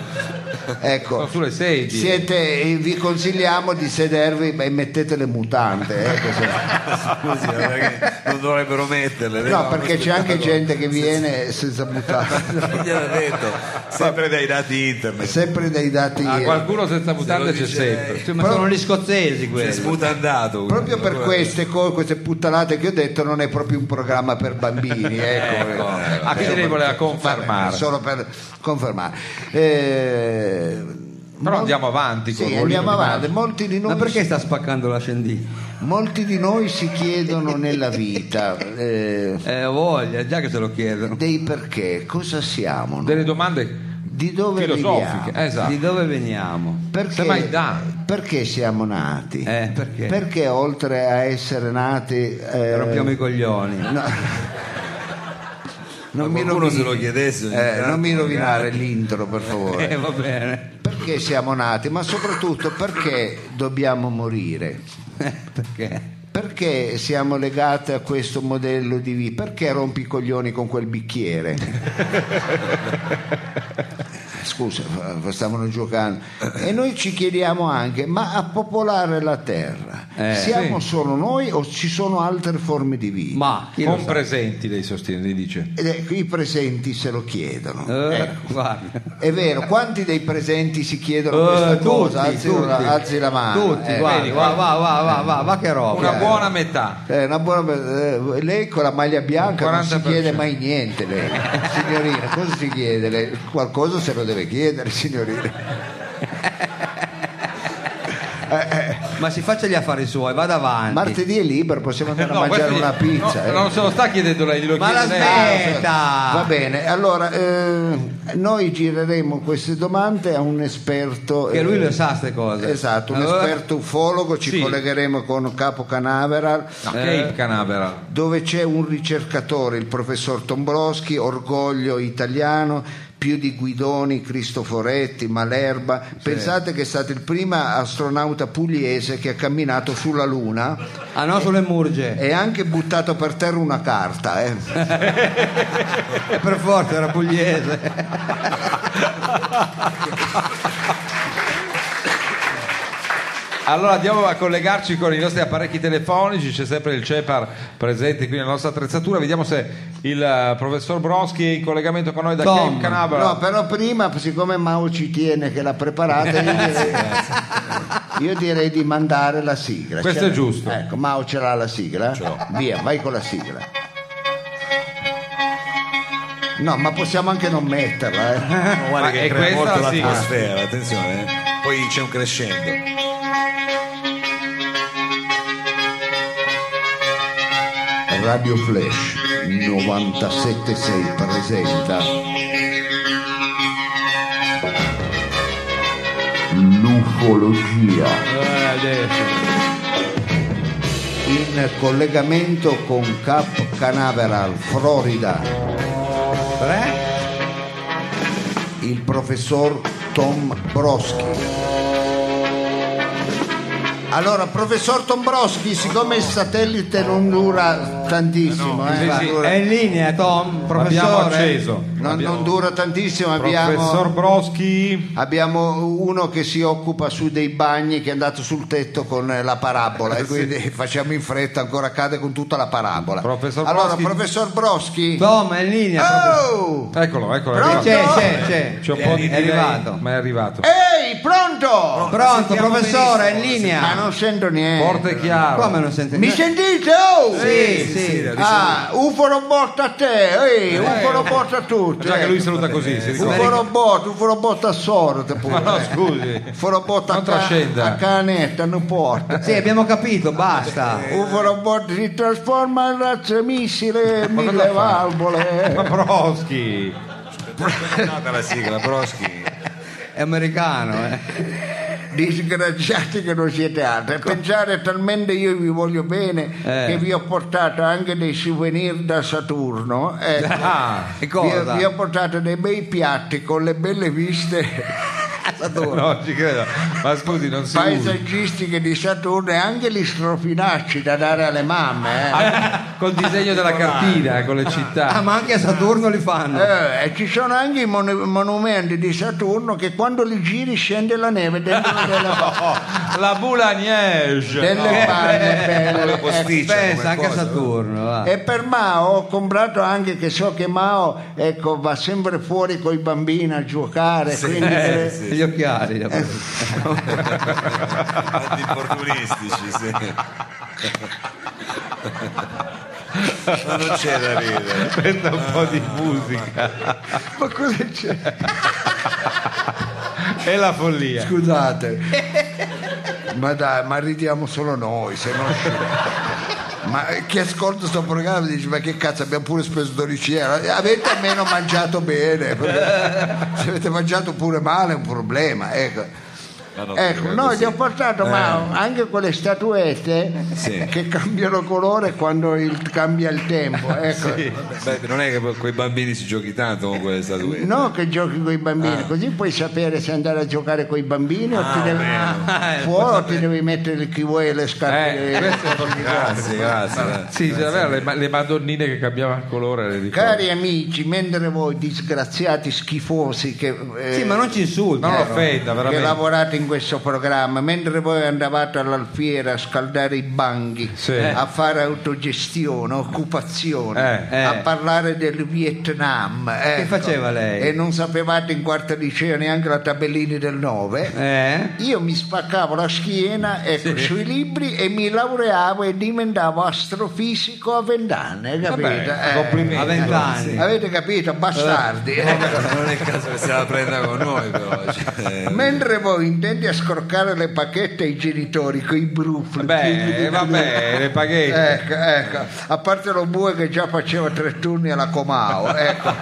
Ecco. sono sulle sedie. Siete- eh, vi consigliamo di sedervi e mettete le mutande. ecco, se- Scusi, ma perché non dovrebbero metterle. No, perché c'è anche gente che viene senza mutande, Gliel'ho detto, sempre dai dati internet. sempre dai dati. Ah, qualcuno senza mutande c'è dice sempre. Cioè, ma sono gli scozzesi È quelli. sputandato. Proprio per queste, co- queste puttanate che ho detto, non è proprio un programma per bambini. Ecco, eh. A chi Ah, lei voleva confermare? solo per confermare. Eh, Però andiamo avanti col Sì, bolino andiamo di avanti. maggio. Molti di noi Ma perché sta spaccando la scendina? Molti di noi si chiedono nella vita eh, Eh, ho voglia, già che se lo chiedono. dei perché, cosa siamo, no? Delle domande di dove filosofiche. veniamo, eh, esatto. Ah, Di dove veniamo? Cioè, perché, Semmai da. perché siamo nati, Eh, perché? perché oltre a essere nati... eh, Rompiamo i coglioni. no, non, mi qualcuno rovini- se lo chiedesse ogni eh, tanto, non mi rovinare l'intro per favore. Eh, va bene. Perché siamo nati, ma soprattutto perché dobbiamo morire? Eh, perché? Perché siamo legati a questo modello di vita? Perché rompi i coglioni con quel bicchiere? Scusa, fa- stavano giocando. E noi ci chiediamo anche, ma a popolare la terra, Eh, siamo solo noi o ci sono altre forme di vita? Ma chi lo con sa? presenti lei sostiene, lei dice. Ed ecco, i presenti se lo chiedono. Eh, Ecco. guarda. È vero, quanti dei presenti si chiedono questa Eh, tutti, cosa? Alzi, tutti. La, alzi la mano. Tutti, Eh, guarda, va, va, va, va, va, va che roba. Una Eh. buona metà. Eh, una buona- eh, lei con la maglia bianca non si 40%. chiede mai niente, lei. signorina, cosa si chiede? Lei? Qualcosa se lo deve chiedere, signorina. Ma si faccia gli affari suoi, vada avanti. Martedì è libero, possiamo andare a mangiare questo una gli- pizza. no, eh. Non se lo sta chiedendo lei, glielo Ma la chiede lei. smetta! Va bene, allora eh, noi gireremo queste domande a un esperto. Che lui eh, le sa queste cose. Eh? Esatto, un Allora- esperto ufologo, ci Sì. collegheremo con Capo Canaveral. No, Eh. Cape Canaveral. dove c'è un ricercatore, il professor Tombroschi, orgoglio italiano, più di Guidoni, Cristoforetti, Malerba. Pensate che è stato il primo astronauta pugliese che ha camminato sulla Luna Ah no, sulle murge. e ha anche buttato per terra una carta. eh. E Eh, per forza era pugliese. Allora andiamo a collegarci con i nostri apparecchi telefonici, c'è sempre il CEPAR presente qui nella nostra attrezzatura, vediamo se il eh, professor Broschi è in collegamento con noi da Tom. Cape Canaveral. No, però prima, siccome Mao ci tiene che l'ha preparata, io direi, io direi di mandare la sigla. Questo Ce è l'ha- giusto. Ecco, Mao ce l'ha la sigla. Via, vai con la sigla. No, ma possiamo anche non metterla. eh. Guarda Ma che è crea questa molto la sigla? l'atmosfera, attenzione. eh. Poi c'è un crescendo. Radio Flash 976 presenta l'ufologia. Eh, in collegamento con Cap Canaveral, Florida. Eh? Il professor Tom Broschi. Allora, professor Tombroschi, siccome il satellite non dura tantissimo, eh, sì, sì, dura- È in linea, Tom, Abbiamo professore. acceso. non, Abbiamo- non dura tantissimo, abbiamo, Professor Broschi. abbiamo uno che si occupa su dei bagni che è andato sul tetto con eh, la parabola e quindi facciamo in fretta, ancora cade con tutta la parabola. Professor allora, Broschi- professor Broschi, Tom, è in linea. professore. oh! Eccolo, eccolo. Pronto? arrivato. C'è, c'è, c'è. C'è un po' di è delay, arrivato. Ma è arrivato. Ehi, pronto? Pronto, professore, è in Ma linea. non sento niente. Forte Eh. e chiaro. Come non sente Mi niente? sentite? Oh! Sì, sì. Ah, UFO robot a te, ehi, UFO robot a tutti. Eh. Già che lui ecco. saluta così, si ricorda. UFO robot, UFO robot a sorte pure. eh. Ma no, scusi. UFO robot a, Non ca- trascenda. a canetta, non porta. Sì, abbiamo capito, basta. UFO robot si trasforma in razza missile, mille Eh, Ma valvole. Broschi. È nata la sigla, Broschi. È americano, eh. Disgraziati che non siete altri. Pensare talmente io vi voglio bene Eh. che vi ho portato anche dei souvenir da Saturno. Ecco. Ah, E Vi ho, cosa? vi ho portato dei bei piatti con le belle viste no, ci credo. Ma scusi, non si usa. paesaggistiche di Saturno e anche gli strofinacci da dare alle mamme. eh. Ah, Col disegno Ecco, della cartina, eh, con le Ah, città. ma anche a Saturno li fanno. Eh, e ci sono anche i mon- monumenti di Saturno che quando li giri scende la neve dentro delle, La boula neige. delle panne belle. ecco. posticcia, Eh, Pensa come anche a eh. cosa. Saturno. va. E per Mao ho comprato anche che so che Mao ecco, va sempre fuori con i bambini a giocare. quindi deve- Gli occhiali. eh, la- Antinfortunistici, sì. Ma non c'è da ridere. Aspetta un po' di musica. Ma cosa c'è? È la follia. Scusate, ma dai, ma ridiamo solo noi, se no. Ma chi ascolta sto programma dice ma che cazzo abbiamo pure speso 12 euro Eh, avete almeno mangiato bene perché se avete mangiato pure male è un problema ecco, Ma no, ecco credo no così. gli ho portato ma anche quelle statuette Sì. che cambiano colore quando il- cambia il tempo ecco. Beh, non è che con i bambini si giochi tanto con quelle statuette. No, che giochi con i bambini, così puoi sapere se andare a giocare con i bambini o ti devi, fuori o ti devi mettere chi vuoi le scarpe. Eh, questo è formidabile. Grazie, grazie. Sì, sì, davvero, le, ma- le madonnine che cambiavano colore. le ricordo. Cari amici, mentre voi disgraziati schifosi che, eh, Sì, ma non ci insulti. Non eh. offenda, che veramente. lavorate in questo programma, mentre voi andavate all'alfiera a scaldare i banchi, Sì. a fare autogestione, occupazione, Eh, eh. a parlare del Vietnam, ecco, faceva lei? E non sapevate in quarta liceo neanche la tabellini del 9. Eh? Io mi spaccavo la schiena ecco, sui libri e mi laureavo e diventavo astrofisico a vent'anni, capite? Vabbè, Eh, complimenti. A vent'anni. Avete capito? Bastardi. Eh, Non è il caso che se la prenda con noi, però. cioè, Mentre voi intendi a scroccare le pacchette ai genitori con i brufoli. Vabbè, eh, vabbè, le paghette. Ecco, ecco, a parte lo bue che già faceva tre turni alla Comao, ecco.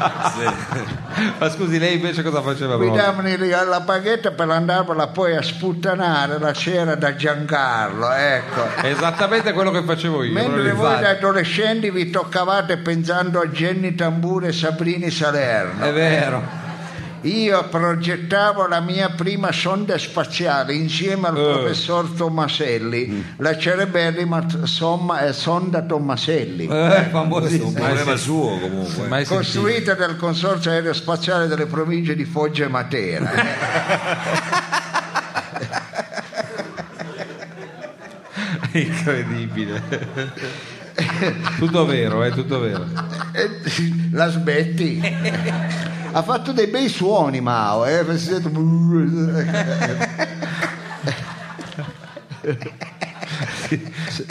Ma scusi, lei invece cosa faceva? Mi proprio? davano il- la pacchetta per andarmela poi a sputtanare la cera da Giancarlo, ecco. Esattamente quello che facevo io. Mentre quello lì. voi da adolescenti vi toccavate pensando a Jenny Tambure e Sabrini Salerno. È vero. Io progettavo la mia prima sonda spaziale insieme al Eh. professor Tommaselli, Mm. la cerebellima t- somma- eh, sonda Tommaselli. Eh, famosissimo. Un problema suo comunque. Mai sentito. Costruita dal Consorzio Aerospaziale delle province di Foggia e Matera. Incredibile. tutto vero, è tutto vero. Eh, La smetti? Ha fatto dei bei suoni Mao, eh? si sente- È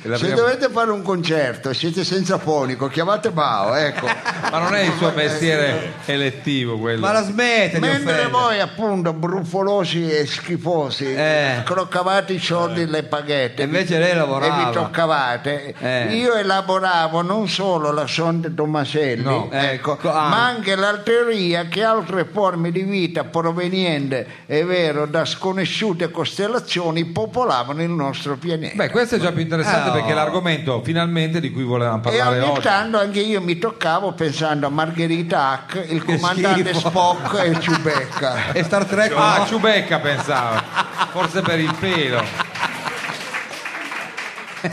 la Se prima- dovete fare un concerto, siete senza fonico, chiamate Mao, ecco. Ma non è il suo mestiere elettivo quello. Ma la smette di Mentre offendere. voi appunto brufolosi e schifosi Eh. scroccavate i soldi e le paghette E invece lei lavorava. e vi toccavate, Eh. io elaboravo non solo la sonda Tomaselli, No, ecco, ecco, ah. ma anche l'alteria che altre forme di vita provenienti, è vero, da sconosciute costellazioni popolavano il nostro pianeta. Beh, questo è già più interessante Ah, no. perché è l'argomento finalmente di cui volevamo e parlare ogni oggi. tanto anche io mi toccavo pensando a Margherita Hack, il comandante schifo. Spock e Ciubecca. E Star Trek Ah, no? Ciubecca pensavo. Forse per il pelo. Eh,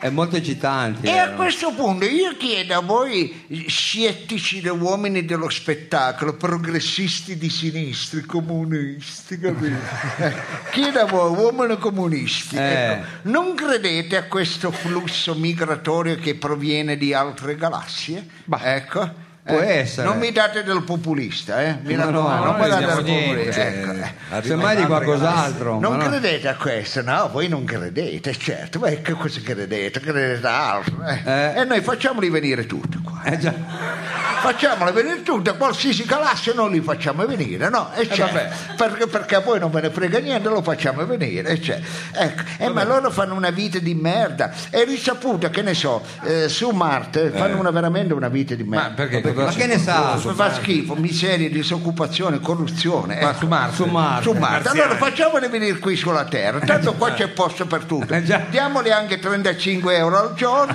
è molto eccitante. E a eh, no? questo punto io chiedo a voi, scettici da uomini dello spettacolo, progressisti di sinistra, comunisti, capito? Eh, chiedo a voi, uomini comunisti, Eh. ecco, non credete a questo flusso migratorio che proviene di altre galassie? ecco. può eh, essere. Non mi date del populista, eh? Mi Ma no, raccomando, non non mi date crediamo del niente, populista. Cioè, ecco, eh. arriva Semmai di in Africa, qualcos'altro. Non ma no. credete a questo, no, voi non credete, certo, ma che cosa credete? Credete a altro. eh. Eh. E noi facciamoli venire tutti qua. Eh già. Facciamole venire tutte, qualsiasi galassia noi li facciamo venire, no? E certo, vabbè. perché, perché a voi non ve ne frega niente, lo facciamo venire. E certo. Ecco, eh, ma loro fanno una vita di merda. È risaputo, che ne so, eh, su Marte fanno una- veramente una vita di Eh. Ma merda. perché? Ma che ne sa? Fa schifo, miseria, disoccupazione, corruzione. Ma ecco. su Marte. Su Marte. Su Marte. Allora facciamole venire qui sulla Terra, tanto qua c'è posto per tutti. Eh, già. Diamoli anche 35 euro al giorno,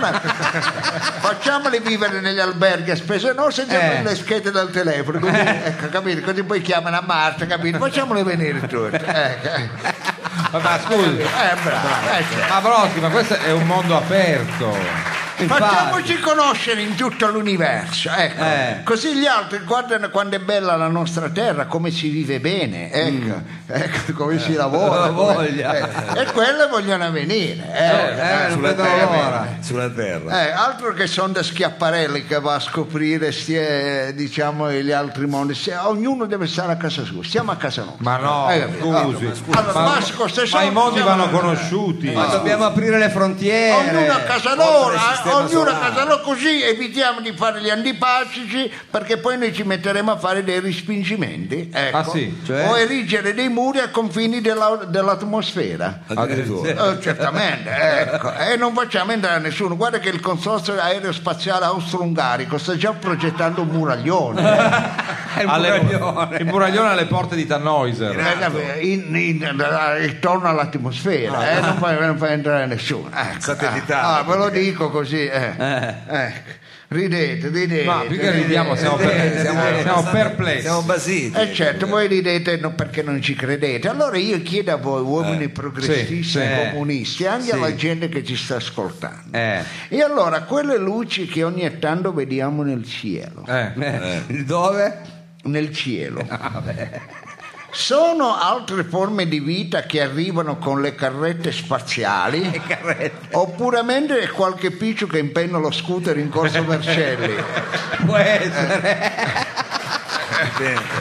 facciamoli vivere negli alberghi a spese nostre, diamoli Eh. le schede dal telefono, così, ecco, capito? Così poi chiamano a Marte, capito? Facciamole venire tutti. Ecco. Ma, ma scusi, Eh, bravo, eh, sì. ma Broschi, ma questo è un mondo aperto. Infatti. Facciamoci conoscere in tutto l'universo, ecco. Eh. così gli altri guardano quanto è bella la nostra terra, come si vive bene, ecco, Mm. ecco, come si lavora. La come- voglia. eh, E quelle vogliono venire. eh. Eh, non Sulla vedo l'ora. terra, sulla terra. Eh, altro che sonda Schiaparelli che va a scoprire stie- diciamo, gli altri mondi, Se- ognuno deve stare a casa sua, stiamo a casa nostra. Ma no, Hai eh, capito? scusi. Allora, allora, ma, Vasco, se ma sono- i mondi siamo- vanno conosciuti. Ma dobbiamo aprire le frontiere. Ognuno a casa oltre al loro, eh, sistema ognuno a solare. casa loro, così evitiamo di fare gli antipatici perché poi noi ci metteremo a fare dei respingimenti ecco. Ah, sì, cioè? o erigere dei muri a confini della- dell'atmosfera. Addirittura. Eh, certamente, ecco. E non facciamo entrare nessuno. Guarda che il consorzio aerospaziale austro-ungarico sta già progettando un muraglione. eh, È il Alle- muraglione. il muraglione alle porte di Tannhäuser. Certo. Eh, in- in- eh, intorno all'atmosfera, eh, non, fa, non fa entrare nessuno. Ecco. Satellitare. Ah, ve lo dico così. eh. Ecco. Ridete, ridete. Ma più che ridiamo siamo, Eh, per- siamo- siamo perplessi. Eh, Siamo basiti. Eh certo, voi ridete no, perché non ci credete. Allora io chiedo a voi, uomini progressisti, sì, eh. comunisti, anche Sì. alla gente che ci sta ascoltando. Eh. E allora, quelle luci che ogni tanto vediamo nel cielo, Eh, Eh, Dove? nel cielo. Ah, Sono altre forme di vita che arrivano con le carrette spaziali oppure mentre qualche piccio che impenna lo scooter in corso Vercelli Può essere.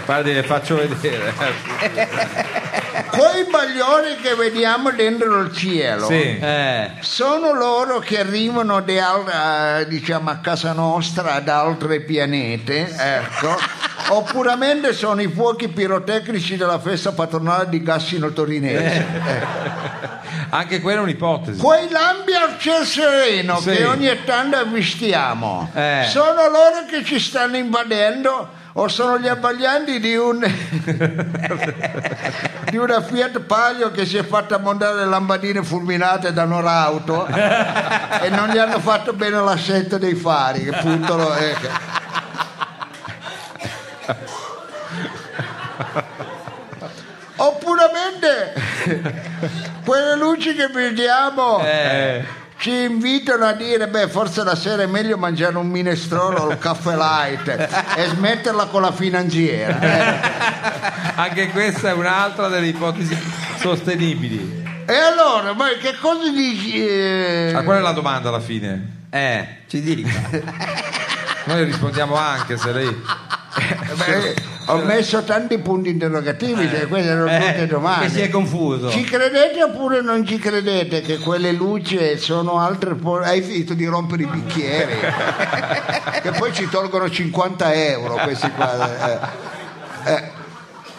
guardi, le faccio vedere. quei baglioni che vediamo dentro il cielo Sì. Eh. Sono loro che arrivano di al- a, diciamo, a casa nostra da altre pianete, ecco. Oppuramente sono i fuochi pirotecnici della festa patronale di Cassino Torinese. Anche quella è un'ipotesi. Quei lampi al ciel sereno Sì. che Eh. ogni tanto avvistiamo, Eh. sono loro che ci stanno invadendo o sono gli abbaglianti di un di una Fiat Palio che si è fatta montare le lampadine fulminate da un'orauto e non gli hanno fatto bene eh, l'assetto dei fari che puntano ecco. Ho puramente quelle luci che Eh. vediamo Eh, ci invitano a dire beh forse la sera è meglio mangiare un minestrone o il caffè light e smetterla con la finanziera Anche questa è un'altra delle ipotesi sostenibili. e allora ma che cosa dici eh? Ma qual è la domanda alla fine? Eh, ci dica. Noi rispondiamo anche se lei. Ah, Beh, eh, ho messo tanti punti interrogativi cioè, queste erano tutte Eh, che si è domande confuso. ci credete oppure non ci credete che quelle luci sono altre po- hai finito di rompere i bicchieri che poi ci tolgono 50 euro questi qua eh.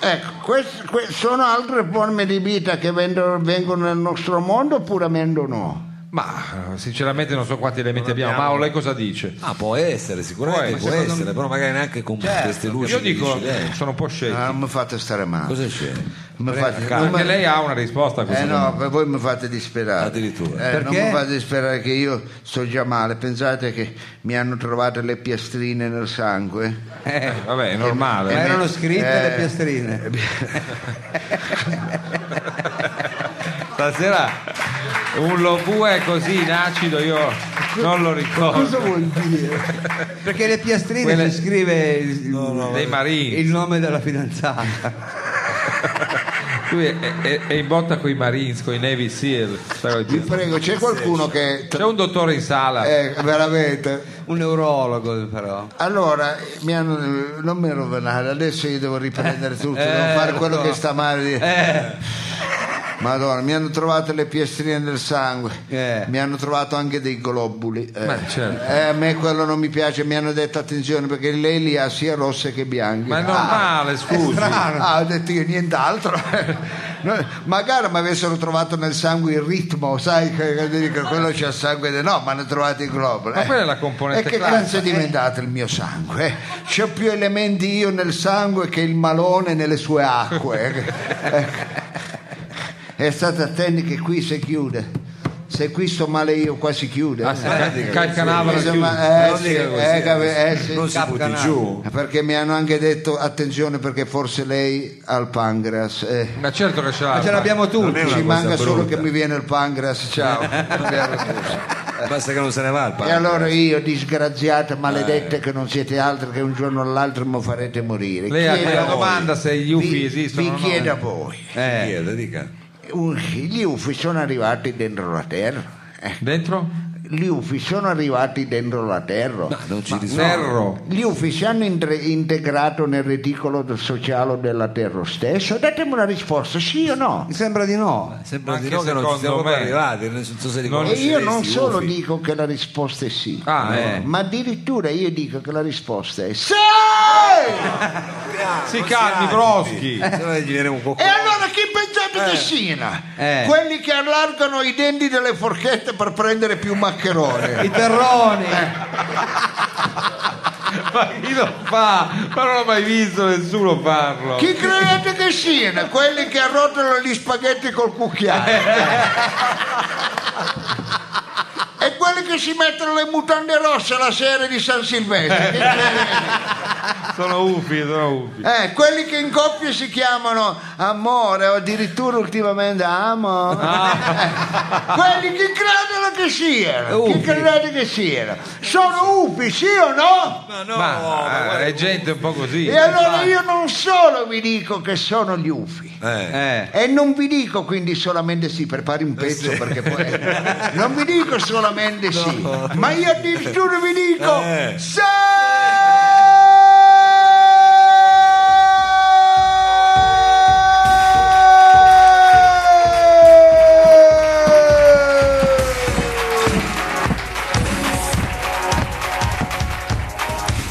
Ecco, quest- que- sono altre forme di vita che vendono- vengono nel nostro mondo puramente no? Ma eh, sinceramente non so quanti elementi abbiamo. Ma lei cosa dice? Ah, può essere, sicuramente Può può, essere, però magari neanche con queste luci. Io che dico, dici lei. sono un po' scettico. Ah, mi fate stare male. Cosa c'è? Mi fate- non Anche mi- lei ha una risposta a questa Eh domanda. no, per voi mi fate disperare. Addirittura. Eh, non Perché? mi fate disperare che io sto già male. Pensate che mi hanno trovato le piastrine nel sangue. Eh, vabbè, è normale. Eh, Ma me- erano scritte le eh, piastrine. Stasera un lobù è così in acido, io non lo ricordo. vuol dire? Perché le piastrine Quelle- si scrive il, Dei marini. il nome della fidanzata. Lui è, è- è in botta con i Marines, con i Navy SEAL. sai cosa Vi dico? prego, c'è qualcuno che. C'è un dottore in sala. Eh, veramente. Un neurologo però. Ah, Allora, mi hanno- eh, non mi rovinare, adesso io devo riprendere tutto, Eh, devo fare lo quello ecco. so. che sta male. di- Eh, Madonna, mi hanno trovato le piastrine del sangue, Eh. mi hanno trovato anche dei globuli. eh. Ma certo. Eh, a me quello non mi piace, mi hanno detto attenzione perché lei li ha sia rosse che bianche. Ma è normale, scusi. Ah, ho detto io nient'altro. No, Magari mi avessero trovato nel sangue il ritmo, sai che, che dire che quello c'è il sangue. de- No, mi hanno trovato il globuli. Ma eh. quella è la componente E che classica. cazzo è diventato il mio sangue? eh? C'ho più elementi io nel sangue che il malone nelle sue acque. Eh, È stata attenti che qui si chiude. Se qui sto male io qua si chiude. Ah, sì, Cal Canaveral Eh, chiude. ma- eh, Non sì, dica così, eh, cap- eh, sì. non si Cap butti Canaveral. giù. Perché mi hanno anche detto attenzione perché forse lei ha il pancreas. eh. Ma certo che ce ma l'ha. ce l'abbiamo tutti. una Ci cosa manca solo brutta. che mi viene il pancreas, ciao. Eh, Abbiamo tutto. Basta che non se ne va il e pane. allora io, disgraziate, maledette Eh. che non siete altro che un giorno o l'altro mi farete morire. Lei ha Chiedo quella a voi. domanda se gli UFI Vi- esistono o Vi no. chiedo a voi. Eh, Chieda, dica. Un- Gli UFI sono arrivati dentro la terra. Eh, Dentro? Gli UFI sono arrivati dentro la terra. Non ci risolve. Serro. Gli UFI si hanno intre- integrato nel reticolo sociale della terra stessa? Datemi una risposta, sì o no? mi sembra di no. Sembra di Anche no che non ci siamo secondo proprio me. arrivati. Non so se li Non- E io non conosceresti, solo Ufi. dico che la risposta è sì, Ah, eh. ma addirittura io dico che la risposta è sì! Si calmi, Broschi. Se no gli viene un po' Eh. E allora chi pensate che siano? Eh. Quelli che allargano i denti delle forchette per prendere più maccheroni. Eh. I terroni. Ma chi lo fa? Ma non l'ho mai visto nessuno farlo. Chi credete che siano? Quelli che arrotolano gli spaghetti col Eh. cucchiaio. E quelli che si mettono le mutande rosse la sera di San Silvestro. Chi credete? Sono ufi, sono ufi. Eh, quelli che in coppia si chiamano amore o addirittura ultimamente amo. Ah. Eh, quelli che credono che siano, chi Upi. credete che siano, sono upi, sì o no? ma eh, è gente un po' così. E allora io non solo vi dico che sono gli ufi. Eh. Eh. E non vi dico quindi solamente sì, prepari un pezzo perché poi. Non vi dico solamente sì, ma io addirittura vi dico Eh. sì!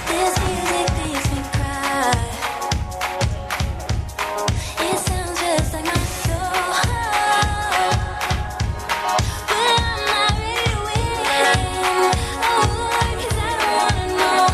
This music makes me cry. It sounds just like my soul. But I'm not really willing. Oh, 'cause I wanna know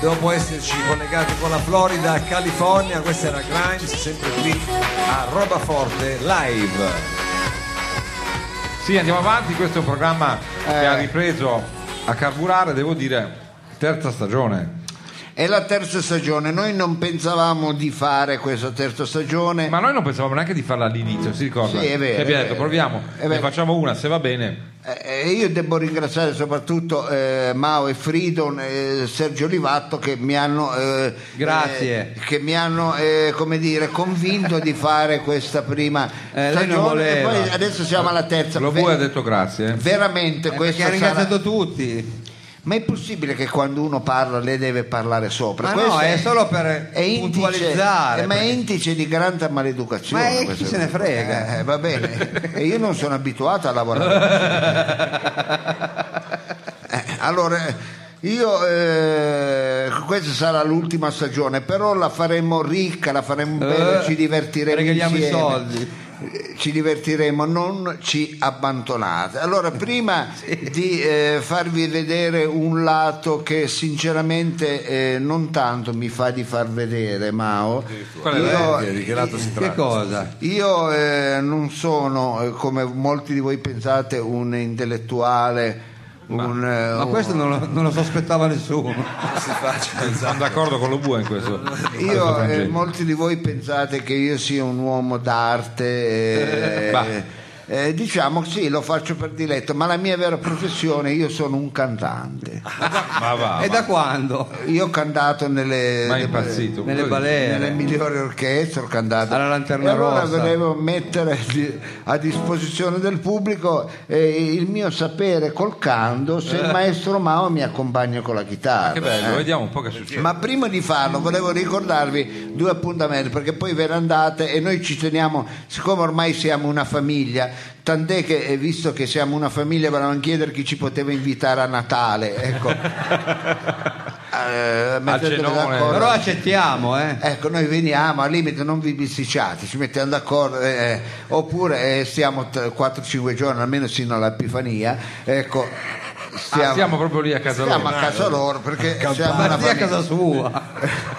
dopo esserci collegati con la Florida, California, questa era Grimes, sempre qui a Roba Forte Live. Sì, andiamo avanti, questo è un programma che Eh. ha ripreso a carburare, devo dire, terza stagione. È la terza stagione, noi non pensavamo di fare questa terza stagione. Ma noi non pensavamo neanche di farla all'inizio, si ricorda? Sì, è vero, Che abbiamo è detto, vero. Eh, proviamo, È ne vero. facciamo una, se va bene. Eh, eh, io devo ringraziare soprattutto eh, Mao e Fridon e Sergio Livatto che mi hanno, eh, Grazie. eh, che mi hanno eh, come dire, convinto di fare questa prima Eh, lei stagione. non e voleva. poi adesso siamo alla terza. Lo Ve- vuoi ha detto grazie. veramente Eh, perché questa ha sarà- ringraziato tutti. Ma è possibile che quando uno parla lei deve parlare sopra? Ma Questo no, è solo per è indice- puntualizzare. eh, ma è perché- indice di grande maleducazione. Ma è- chi questo. se ne frega? Eh, va bene, e io non sono abituato a lavorare. Eh, allora, io eh, questa sarà l'ultima stagione, però la faremo ricca, la faremo bene, Eh, ci divertiremo. regaliamo i insieme. soldi. Eh, Ci divertiremo, non ci abbandonate. Allora, prima di eh, farvi vedere un lato che sinceramente eh, non tanto mi fa di far vedere, Mao, Qual è la- io- Eh, di che lato si tratta? Che cosa? io eh, non sono, eh, come molti di voi pensate, un intellettuale. un, eh, Ma un- questo non lo, non lo sospettava nessuno. Ah, Sono d'accordo con lo bue in questo. in questo Io, eh, frangente. molti di voi pensate che io sia un uomo d'arte. eh, Bah. eh, diciamo sì, lo faccio per diletto, ma la mia vera professione io sono un cantante. Ma va, Eh, e ma- da quando? Io ho cantato nelle, ma è eh, nelle- impazzito. Nelle Cosa dici? balere. nelle migliori orchestre, ho cantato. Alla Lanterna e allora Rossa. volevo mettere di- a disposizione del pubblico eh, il mio sapere col canto se Eh. il maestro Mao mi accompagna con la chitarra. Che bello, eh. vediamo un po' che succede. Ma prima di farlo volevo ricordarvi due appuntamenti perché poi ve ne andate e noi ci teniamo, siccome ormai siamo una famiglia, tant'è che eh, visto che siamo una famiglia volevamo chiedere chi ci poteva invitare a Natale. Ecco. Eh, mettetevi cenone. d'accordo. Però accettiamo, eh. Ecco, noi veniamo, al limite non vi bisticciate, ci mettiamo d'accordo, eh, oppure eh, stiamo t- 4-5 giorni, almeno sino all'Epifania, ecco, stiamo, Ah, siamo proprio lì a casa stiamo loro. a casa loro perché siamo una Parti a famiglia. casa sua.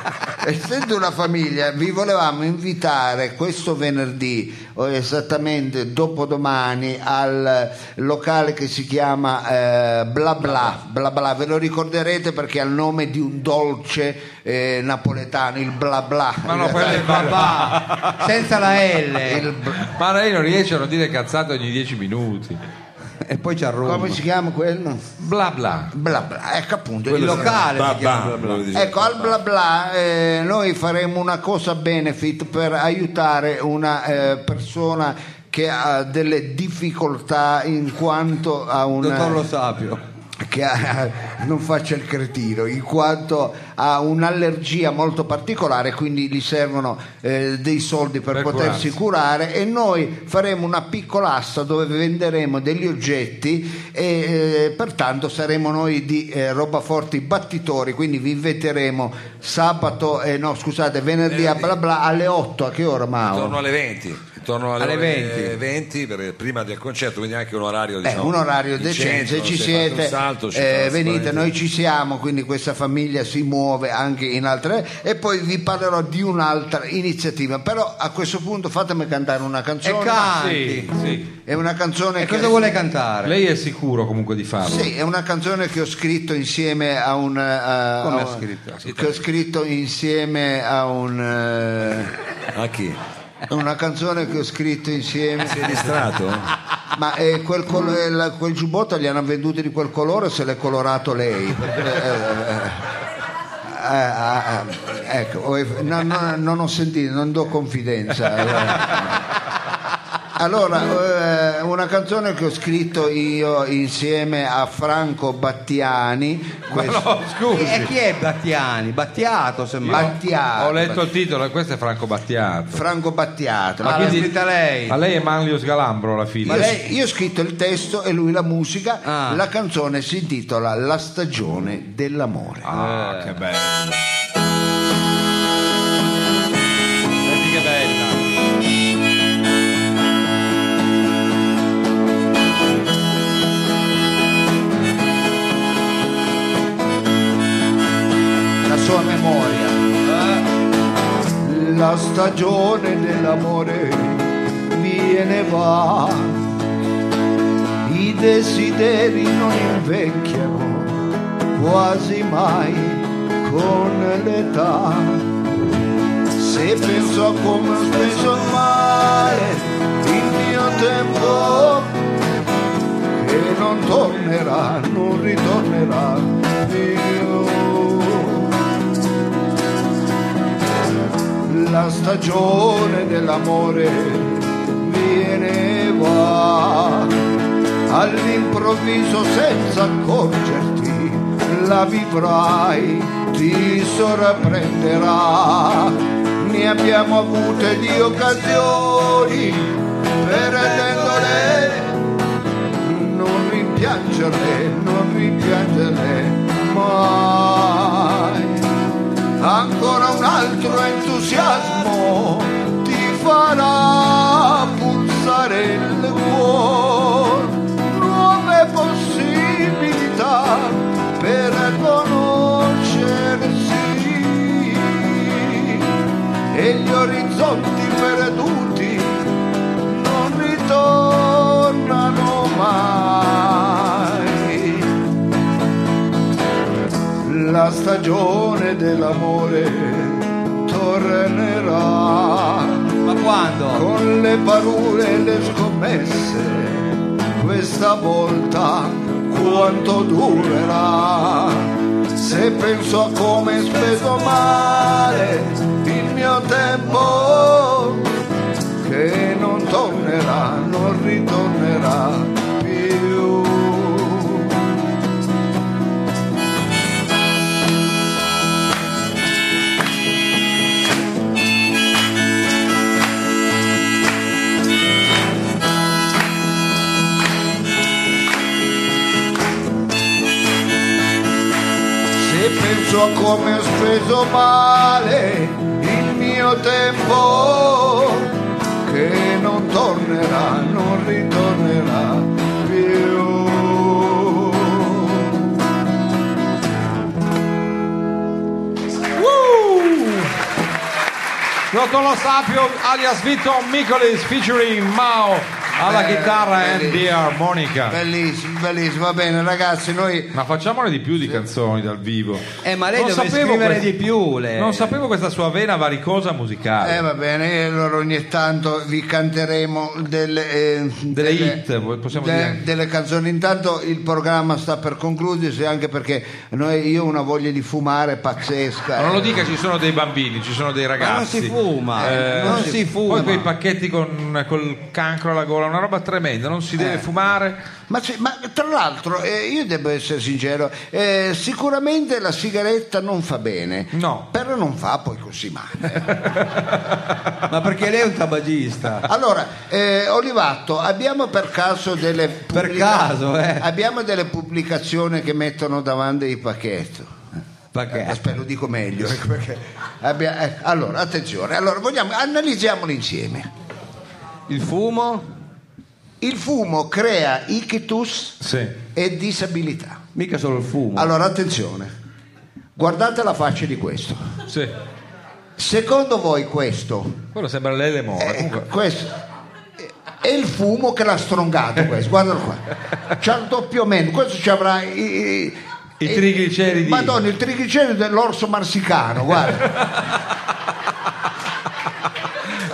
eh, Essendo una famiglia, vi volevamo invitare questo venerdì, o esattamente dopodomani, al locale che si chiama eh, Bla Bla. Bla Bla. Ve lo ricorderete perché ha il nome di un dolce eh, napoletano, il Bla Bla. Ma no, Il- quello è il babà. Papà, senza la L. il bl- Ma lei non riesce a non dire cazzate ogni 10 minuti. E poi ci arruola. come si Il chiama quello? Bla bla. Bla Bla, ecco appunto. il locale. locale si Babà, chiama bla bla. volevo dire. Ecco, al bla bla eh, noi faremo una cosa benefit per aiutare una eh, persona che ha delle difficoltà in quanto a un Eh. Dottor Lo Sapio. che ha- non faccia il cretino, in quanto ha un'allergia molto particolare, quindi gli servono eh, dei soldi per, Per potersi curare e noi faremo una piccola asta dove venderemo degli oggetti e eh, pertanto saremo noi di eh, Robaforti battitori, quindi vi inviteremo sabato, eh, no scusate, venerdì a bla bla alle 8, a che ora Intorno Mao? alle 20. Intorno alle, eh, Alle ore 20. 20, perché prima del concerto, quindi anche un orario Beh, diciamo, un orario in decente, se centro, ci se fate siete, un salto, ci eh, sarà venite, sicuramente- noi ci siamo, quindi questa famiglia si muove anche in altre e poi vi parlerò di un'altra iniziativa, però a questo punto fatemi cantare una E canzone. Sì, canti. sì. è una canzone E che cosa vuole cantare? Lei è sicuro comunque di farlo? Sì, è una canzone che ho scritto insieme a un eh, a- Come a ha un- scritto? che ho scritto insieme a un eh, A chi? una canzone che ho scritto insieme Si è distratto? Ma eh, quel, col- eh, la- quel giubbotto gli hanno venduti di quel colore se l'è colorato lei? Perché, eh, eh, eh, eh, ecco, ho eff- no, no, non ho sentito, non do confidenza. eh. Allora, eh, una canzone che ho scritto io insieme a Franco Battiani, questo- No, scusi. E chi è Battiani? Battiato semmai. Battiato. Ho letto il titolo, questo è Franco Battiato. Franco Battiato. Ma Ma l'ha quindi- scritta lei. Ma lei è Manlio Sgalambro alla fine. io, io ho scritto il testo e lui la musica. Ah. La canzone si intitola La stagione dell'amore. Ah, che bello. Senti che bella. La la stagione dell'amore viene e va, i desideri non invecchiano quasi mai con l'età. Se penso a come ho speso male il mio tempo, che non tornerà, non ritornerà più. La stagione dell'amore viene e va, all'improvviso senza accorgerti la vivrai, ti sorprenderà. Ne abbiamo avute di occasioni, perdendole non rimpiangerle, non rimpiangerle mai. Ancora un altro entusiasmo ti farà pulsare il cuore, nuove possibilità per conoscersi e gli orizzonti perduti non ritornano mai. La stagione dell'amore tornerà. Ma quando? Con le parole e le scommesse, questa volta quanto durerà. Se penso a come ho speso male il mio tempo, che non tornerà, non ritornerà più. Se penso a come ho speso male il mio tempo, che non tornerà, non ritornerà più. Rotolo Sapio alias Vito Micolis featuring Mao alla Eh, Bello, chitarra e bellissimo. the armonica. Bellissimo, bellissimo, va bene ragazzi, noi Ma facciamone di più di canzoni dal vivo. Eh, ma lei Non deve sapevo scrivere questa- di più. lei. Non sapevo questa sua vena varicosa musicale. eh, va bene, e allora ogni tanto vi canteremo delle, eh, Delle hit, possiamo de- dire. delle canzoni. Intanto il programma sta per concludersi anche perché noi- io ho una voglia di fumare pazzesca. Ma non lo eh. dica, ci sono dei bambini, ci sono dei Ma non ragazzi. Eh, si fuma, non si fuma. Poi quei pacchetti con col cancro alla gola, una roba tremenda, non si Eh. deve fumare. Ma, sì, ma tra l'altro, eh, io devo essere sincero, eh, sicuramente la sigaretta non fa bene, No. però non fa poi così male. Ma perché lei è un tabagista? Allora, eh, Olivatto, abbiamo per caso delle, Per caso, eh. abbiamo delle pubblicazioni che mettono davanti i pacchetti? Perché? Aspetta, lo dico meglio. ecco perché abbia- eh, allora, attenzione, allora, vogliamo, analizziamolo insieme. Il fumo? Il fumo crea ictus Sì. e disabilità. Mica solo il fumo. Allora, attenzione, guardate la faccia di questo. sì. Secondo voi questo? Quello sembra l'elemore. eh, Comunque, questo eh, è il fumo che l'ha strongato questo, guardalo qua. C'ha il doppio meno, questo ci avrà i, i- I trigliceridi. Madonna, il trigliceridi dell'orso marsicano, guarda.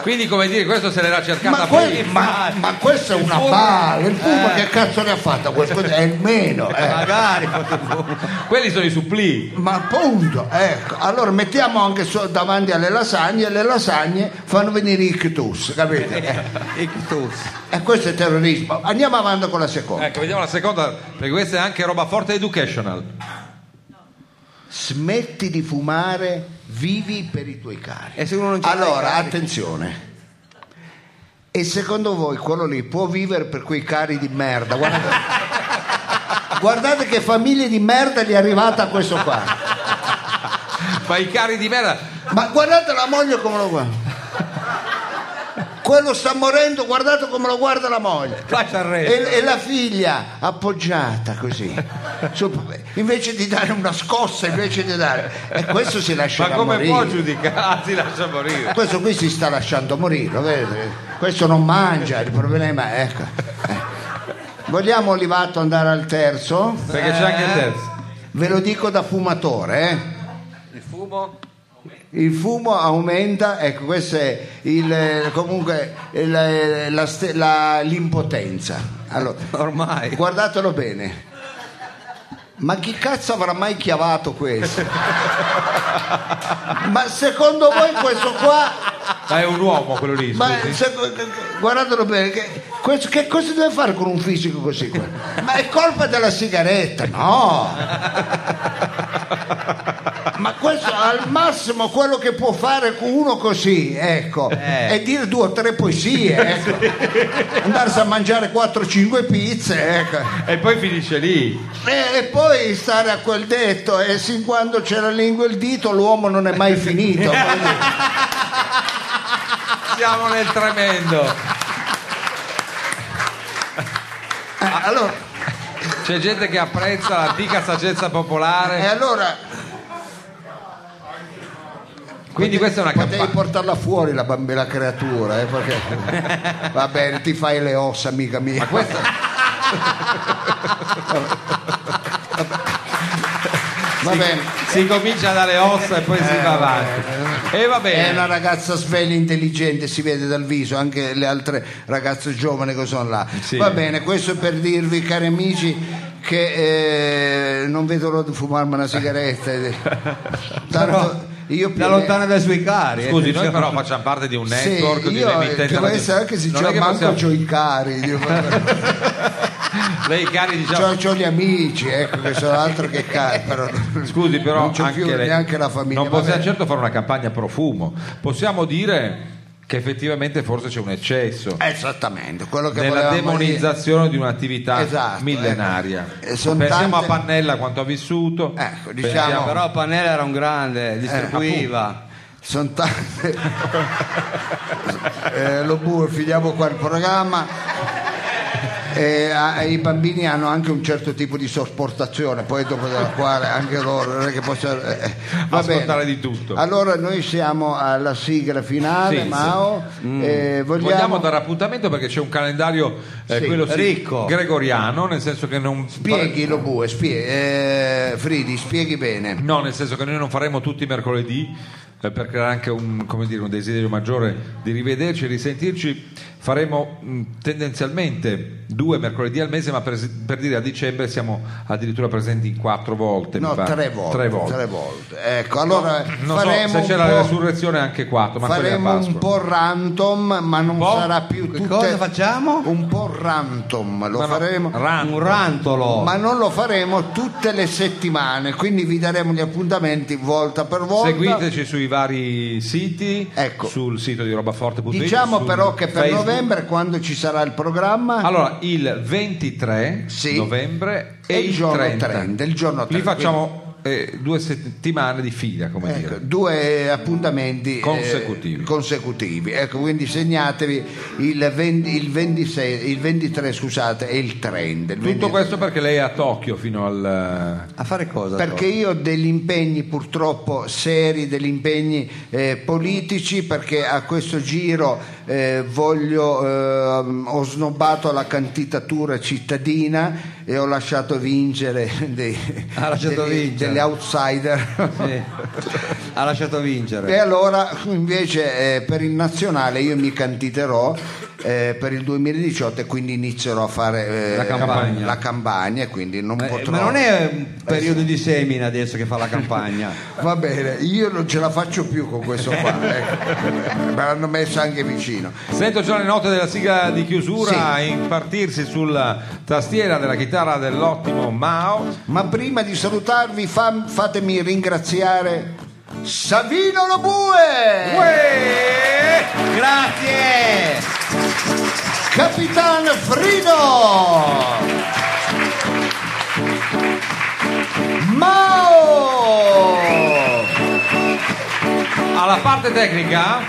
Quindi, come dire, questo se l'era cercata ma, poi. que- ma- ma questa è una palla, il Eh. fumo che cazzo ne ha fatto? Questo è il meno. eh. Magari potevo- Quelli sono i suppli. Ma appunto, ecco, allora mettiamo anche so- davanti alle lasagne, e le lasagne fanno venire i ictus, capite? Eh, Ictus. E questo è terrorismo. Andiamo avanti con la seconda. Ecco, vediamo la seconda, perché questa è anche roba forte educational. smetti di fumare, vivi per i tuoi cari. E se uno non ce l'ha i allora, cari? attenzione. E secondo voi quello lì può vivere per quei cari di merda? Guardate, guardate che famiglia di merda gli è arrivata questo qua. Ma i cari di merda. Ma guardate la moglie come lo guarda. Quello sta morendo, guardate come lo guarda la moglie. Faccia arresto. E, e la figlia appoggiata così. Su- invece di dare una scossa, invece di dare. E questo si lascia Ma come morire. può giudicare? Si lascia morire. Questo qui si sta lasciando morire, lo vedete? Questo non mangia, il problema è ecco. Eh. Vogliamo Olivato andare al terzo? Perché c'è Eh. anche il terzo. Ve lo dico da fumatore, eh. Il fumo? Il fumo aumenta, ecco, questo è il, eh, comunque il, eh, la ste- la- l'impotenza. Allora, Ormai. guardatelo bene. Ma chi cazzo avrà mai chiavato questo? Ma secondo voi questo qua Ma è un uomo quello lì. ma scusi. se- guardatelo bene, che, questo- che cosa deve fare con un fisico così? qua? Ma è colpa della sigaretta, no! Ma questo al massimo quello che può fare uno così, ecco, Eh. è dire due o tre poesie, ecco. andarsi a mangiare 4-5 pizze, ecco. E poi finisce lì. E, e poi stare a quel detto, e sin quando c'è la lingua e il dito l'uomo non è mai finito. quindi- Siamo nel tremendo. Eh, allora, C'è gente che apprezza Eh, l'antica saggezza e popolare. allora Quindi questa è una Potevi campagna. portarla fuori la bambina creatura, eh, perché va bene, ti fai le ossa, amica mia. Ma questa... Va bene, Si comincia dalle ossa e poi eh, si va avanti. E va è una bene. ragazza sveglia, intelligente, si vede dal viso, anche le altre ragazze giovani che sono là. Sì. Va bene, questo per dirvi, cari amici, che eh, non vedo l'ora di fumarmi una sigaretta. Tanto io più da lontana dai suoi cari. eh, Scusi, noi attenzione. però facciamo parte di un Sì, network di io eh, un'emittente che radio. vuoi essere anche se Non c'ho è che manco possiamo- c'ho i cari io- Lei cari diciamo. c'ho, c'ho gli amici ecco che sono altro che cari però Scusi, però non c'ho anche più lei- neanche la famiglia Non va possiamo bene. certo fare una campagna profumo. Possiamo dire che effettivamente forse c'è un eccesso esattamente quello Eh, che nella volevamo demonizzazione di un'attività Esatto, millenaria. eh. E son Pensiamo tante- a Pannella quanto ha vissuto. dire. ecco Diciamo, diciamo però Pannella era un Eh, grande, distribuiva. sono tante eh, lo bue finiamo qua il programma Eh, a- i bambini hanno anche un certo tipo di sopportazione poi dopo della quale anche loro non è che possono eh, va bene. Ascoltare di tutto. allora noi siamo alla sigla finale Sì, Mm. Mao Eh, vogliamo, Vogliamo... dare appuntamento perché c'è un calendario eh, Sì, quello sì, ricco. gregoriano, nel senso che non Spieghi lo bue, spie- eh, Fridi, spieghi bene. No, nel senso che noi non faremo tutti i mercoledì eh, per creare anche un, come dire, un desiderio maggiore di rivederci e risentirci. Faremo mh, tendenzialmente due mercoledì al mese, ma per, per dire a dicembre siamo addirittura presenti in quattro volte. mi No, pare. tre volte. Tre volte. tre volte. Ecco, allora Non faremo, so se c'è un, la po', resurrezione anche quattro, ma quella è a faremo un Pasqua. po' random, ma non Po'? sarà più Che tutte... cosa facciamo? Un po' random, lo Ma no, faremo... random. Un rantolo. ma non lo faremo tutte le settimane, quindi vi daremo gli appuntamenti volta per volta. Seguiteci sui vari siti, Ecco. sul sito di robaforte.it. Diciamo sul però che per Facebook. novembre, quando ci sarà il programma, Allora, il 23 Sì. novembre e, E il giorno 30. 30, il giorno Li 30, facciamo eh, due settimane di fila, come Ecco, dire. due appuntamenti eh, Consecutivi. consecutivi. Ecco, quindi segnatevi il, 20 il 26 il 23 scusate, e il 30. il 23. Tutto questo perché lei è a Tokyo fino al... eh, A fare cosa? perché io ho degli impegni purtroppo seri, degli impegni eh, politici, perché a questo giro eh, voglio, ehm, ho snobbato la candidatura cittadina e ho lasciato vincere dei- Ha lasciato degli- vincere. degli outsider. Sì. Ha lasciato vincere. Eh, E allora invece eh, per il nazionale io mi candiderò eh, per il 2018 e quindi inizierò a fare eh, La campagna. la campagna, e quindi non Eh, potrò. ma non è un periodo di semina adesso che fa la campagna. Va bene, io non ce la faccio più con questo qua, ecco. me l'hanno messo anche vicino. Sento già le note della sigla di chiusura impartirsi sulla tastiera della chitarra dell'ottimo Mao. Ma prima di salutarvi fam- fatemi ringraziare Savino Lobue! Uè! Grazie! Capitan Frido Mao Alla parte tecnica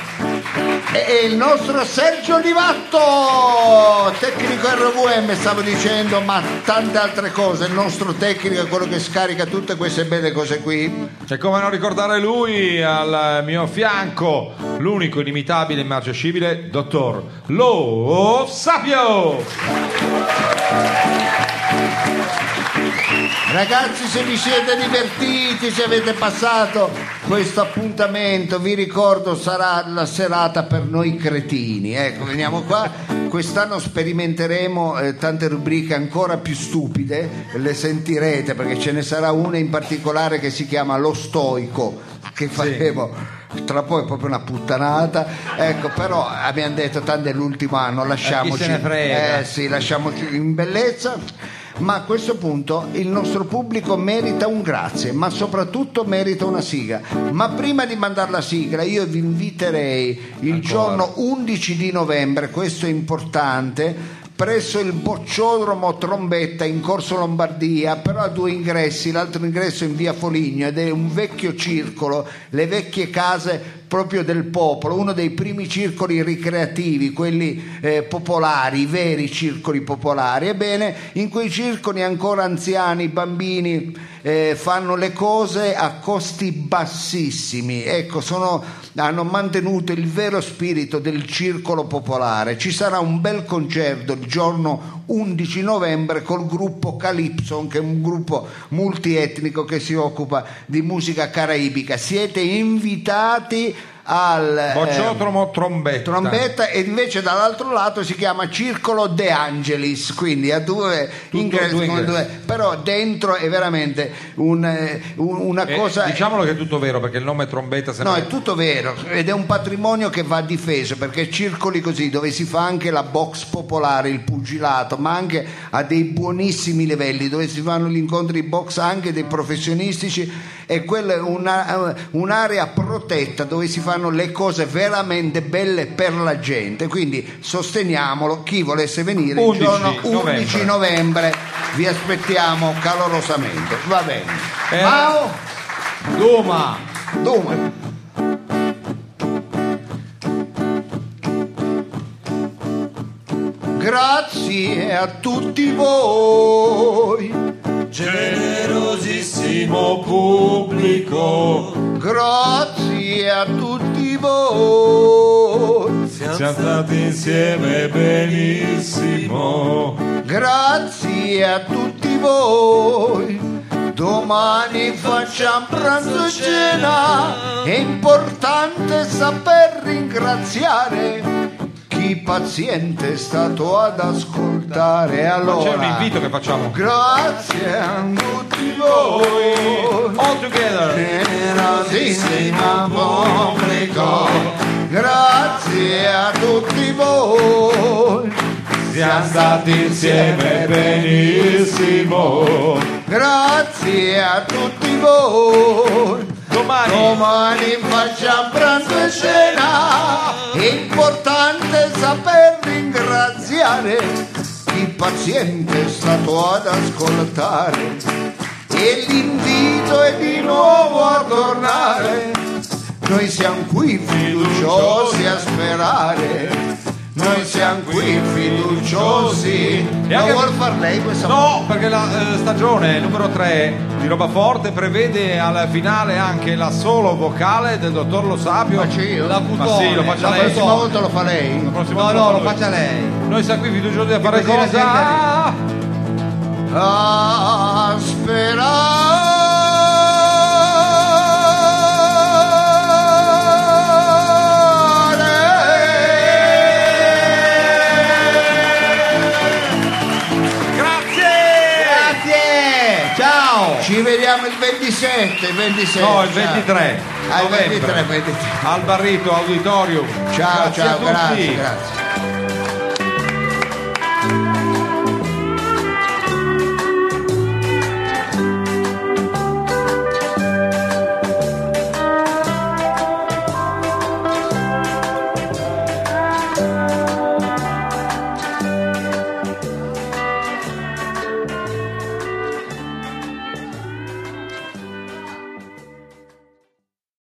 E e il nostro Sergio Livatto, tecnico RVM, stavo dicendo, ma tante altre cose. Il nostro tecnico è quello che scarica tutte queste belle cose qui. E come non ricordare lui al mio fianco, l'unico inimitabile e immarcescibile, dottor Lo Sapio! Ragazzi, se vi siete divertiti, se avete passato questo appuntamento, vi ricordo sarà la serata per noi cretini. Ecco, veniamo qua. Quest'anno sperimenteremo eh, tante rubriche ancora più stupide, le sentirete perché ce ne sarà una in particolare che si chiama Lo Stoico, che faremo. Tra poco è proprio una puttanata, ecco, però abbiamo detto tanto è l'ultimo anno, lasciamoci. ne frega? Eh, sì, lasciamoci in bellezza. Ma a questo punto il nostro pubblico merita un grazie, ma soprattutto merita una sigla. Ma prima di mandare la sigla, io vi inviterei il giorno 11 di novembre, questo è importante. Presso il bocciodromo Trombetta in Corso Lombardia, però ha due ingressi, l'altro ingresso in via Foligno ed è un vecchio circolo, le vecchie case proprio del popolo, uno dei primi circoli ricreativi, quelli eh, popolari, i veri circoli popolari. Ebbene, in quei circoli ancora anziani, bambini eh, fanno le cose a costi bassissimi. Ecco, sono- hanno mantenuto il vero spirito del circolo popolare. Ci sarà un bel concerto il giorno 11 novembre col gruppo Calypson, che è un gruppo multietnico che si occupa di musica caraibica. Siete invitati al Bocciodromo eh, trombetta e invece dall'altro lato si chiama Circolo De Angelis, quindi a due ingressi, due con ingressi. due- però dentro è veramente un, eh, un- una Eh, cosa diciamolo che è tutto vero perché il nome trombetta se No, è tutto vero ed è un patrimonio che va difeso perché circoli così dove si fa anche la box popolare, il pugilato, ma anche a dei buonissimi livelli dove si fanno gli incontri di box anche dei professionistici e quella è una- un'area protetta dove si fanno le cose veramente belle per la gente. Quindi sosteniamolo chi volesse venire il 11 giorno 11 novembre. novembre. Vi aspettiamo calorosamente. Va bene. Eh, Mao, Duma! Duma. Grazie a tutti voi, Generosissimo pubblico, grazie a tutti voi, siamo stati insieme benissimo. grazie a tutti voi. Domani facciamo pranzo e cena, è importante saper ringraziare chi paziente è stato ad ascoltare. Ma c'è Allora, un invito che facciamo. Grazie a tutti voi, All together! generosissima pubblico, grazie a tutti voi, Siamo stati insieme benissimo. grazie a tutti voi. Domani. Domani facciamo pranzo e cena, è importante saper ringraziare chi paziente è stato ad ascoltare. E l'invito è di nuovo a tornare, noi siamo qui fiduciosi a sperare. Noi siamo qui fiduciosi. E La anche- vuol far lei questa No, perché la eh, stagione numero 3 di Roba Forte prevede al finale anche la solo vocale del dottor Lo Sapio. Ma sì, la Ma sì, lo faccia La lei. prossima volta lo fa lei. La prossima No, volta no, fa lo lui. faccia lei. Noi siamo qui fiduciosi a fare così la gente- cosa? a sperare. Grazie! Grazie! Ciao! Ci vediamo il 27, il 27. No, il ciao. 23. Ah, il novembre. 23, 23. Al Barrito Auditorium. Ciao, Grazie a ciao, tutti. grazie, grazie.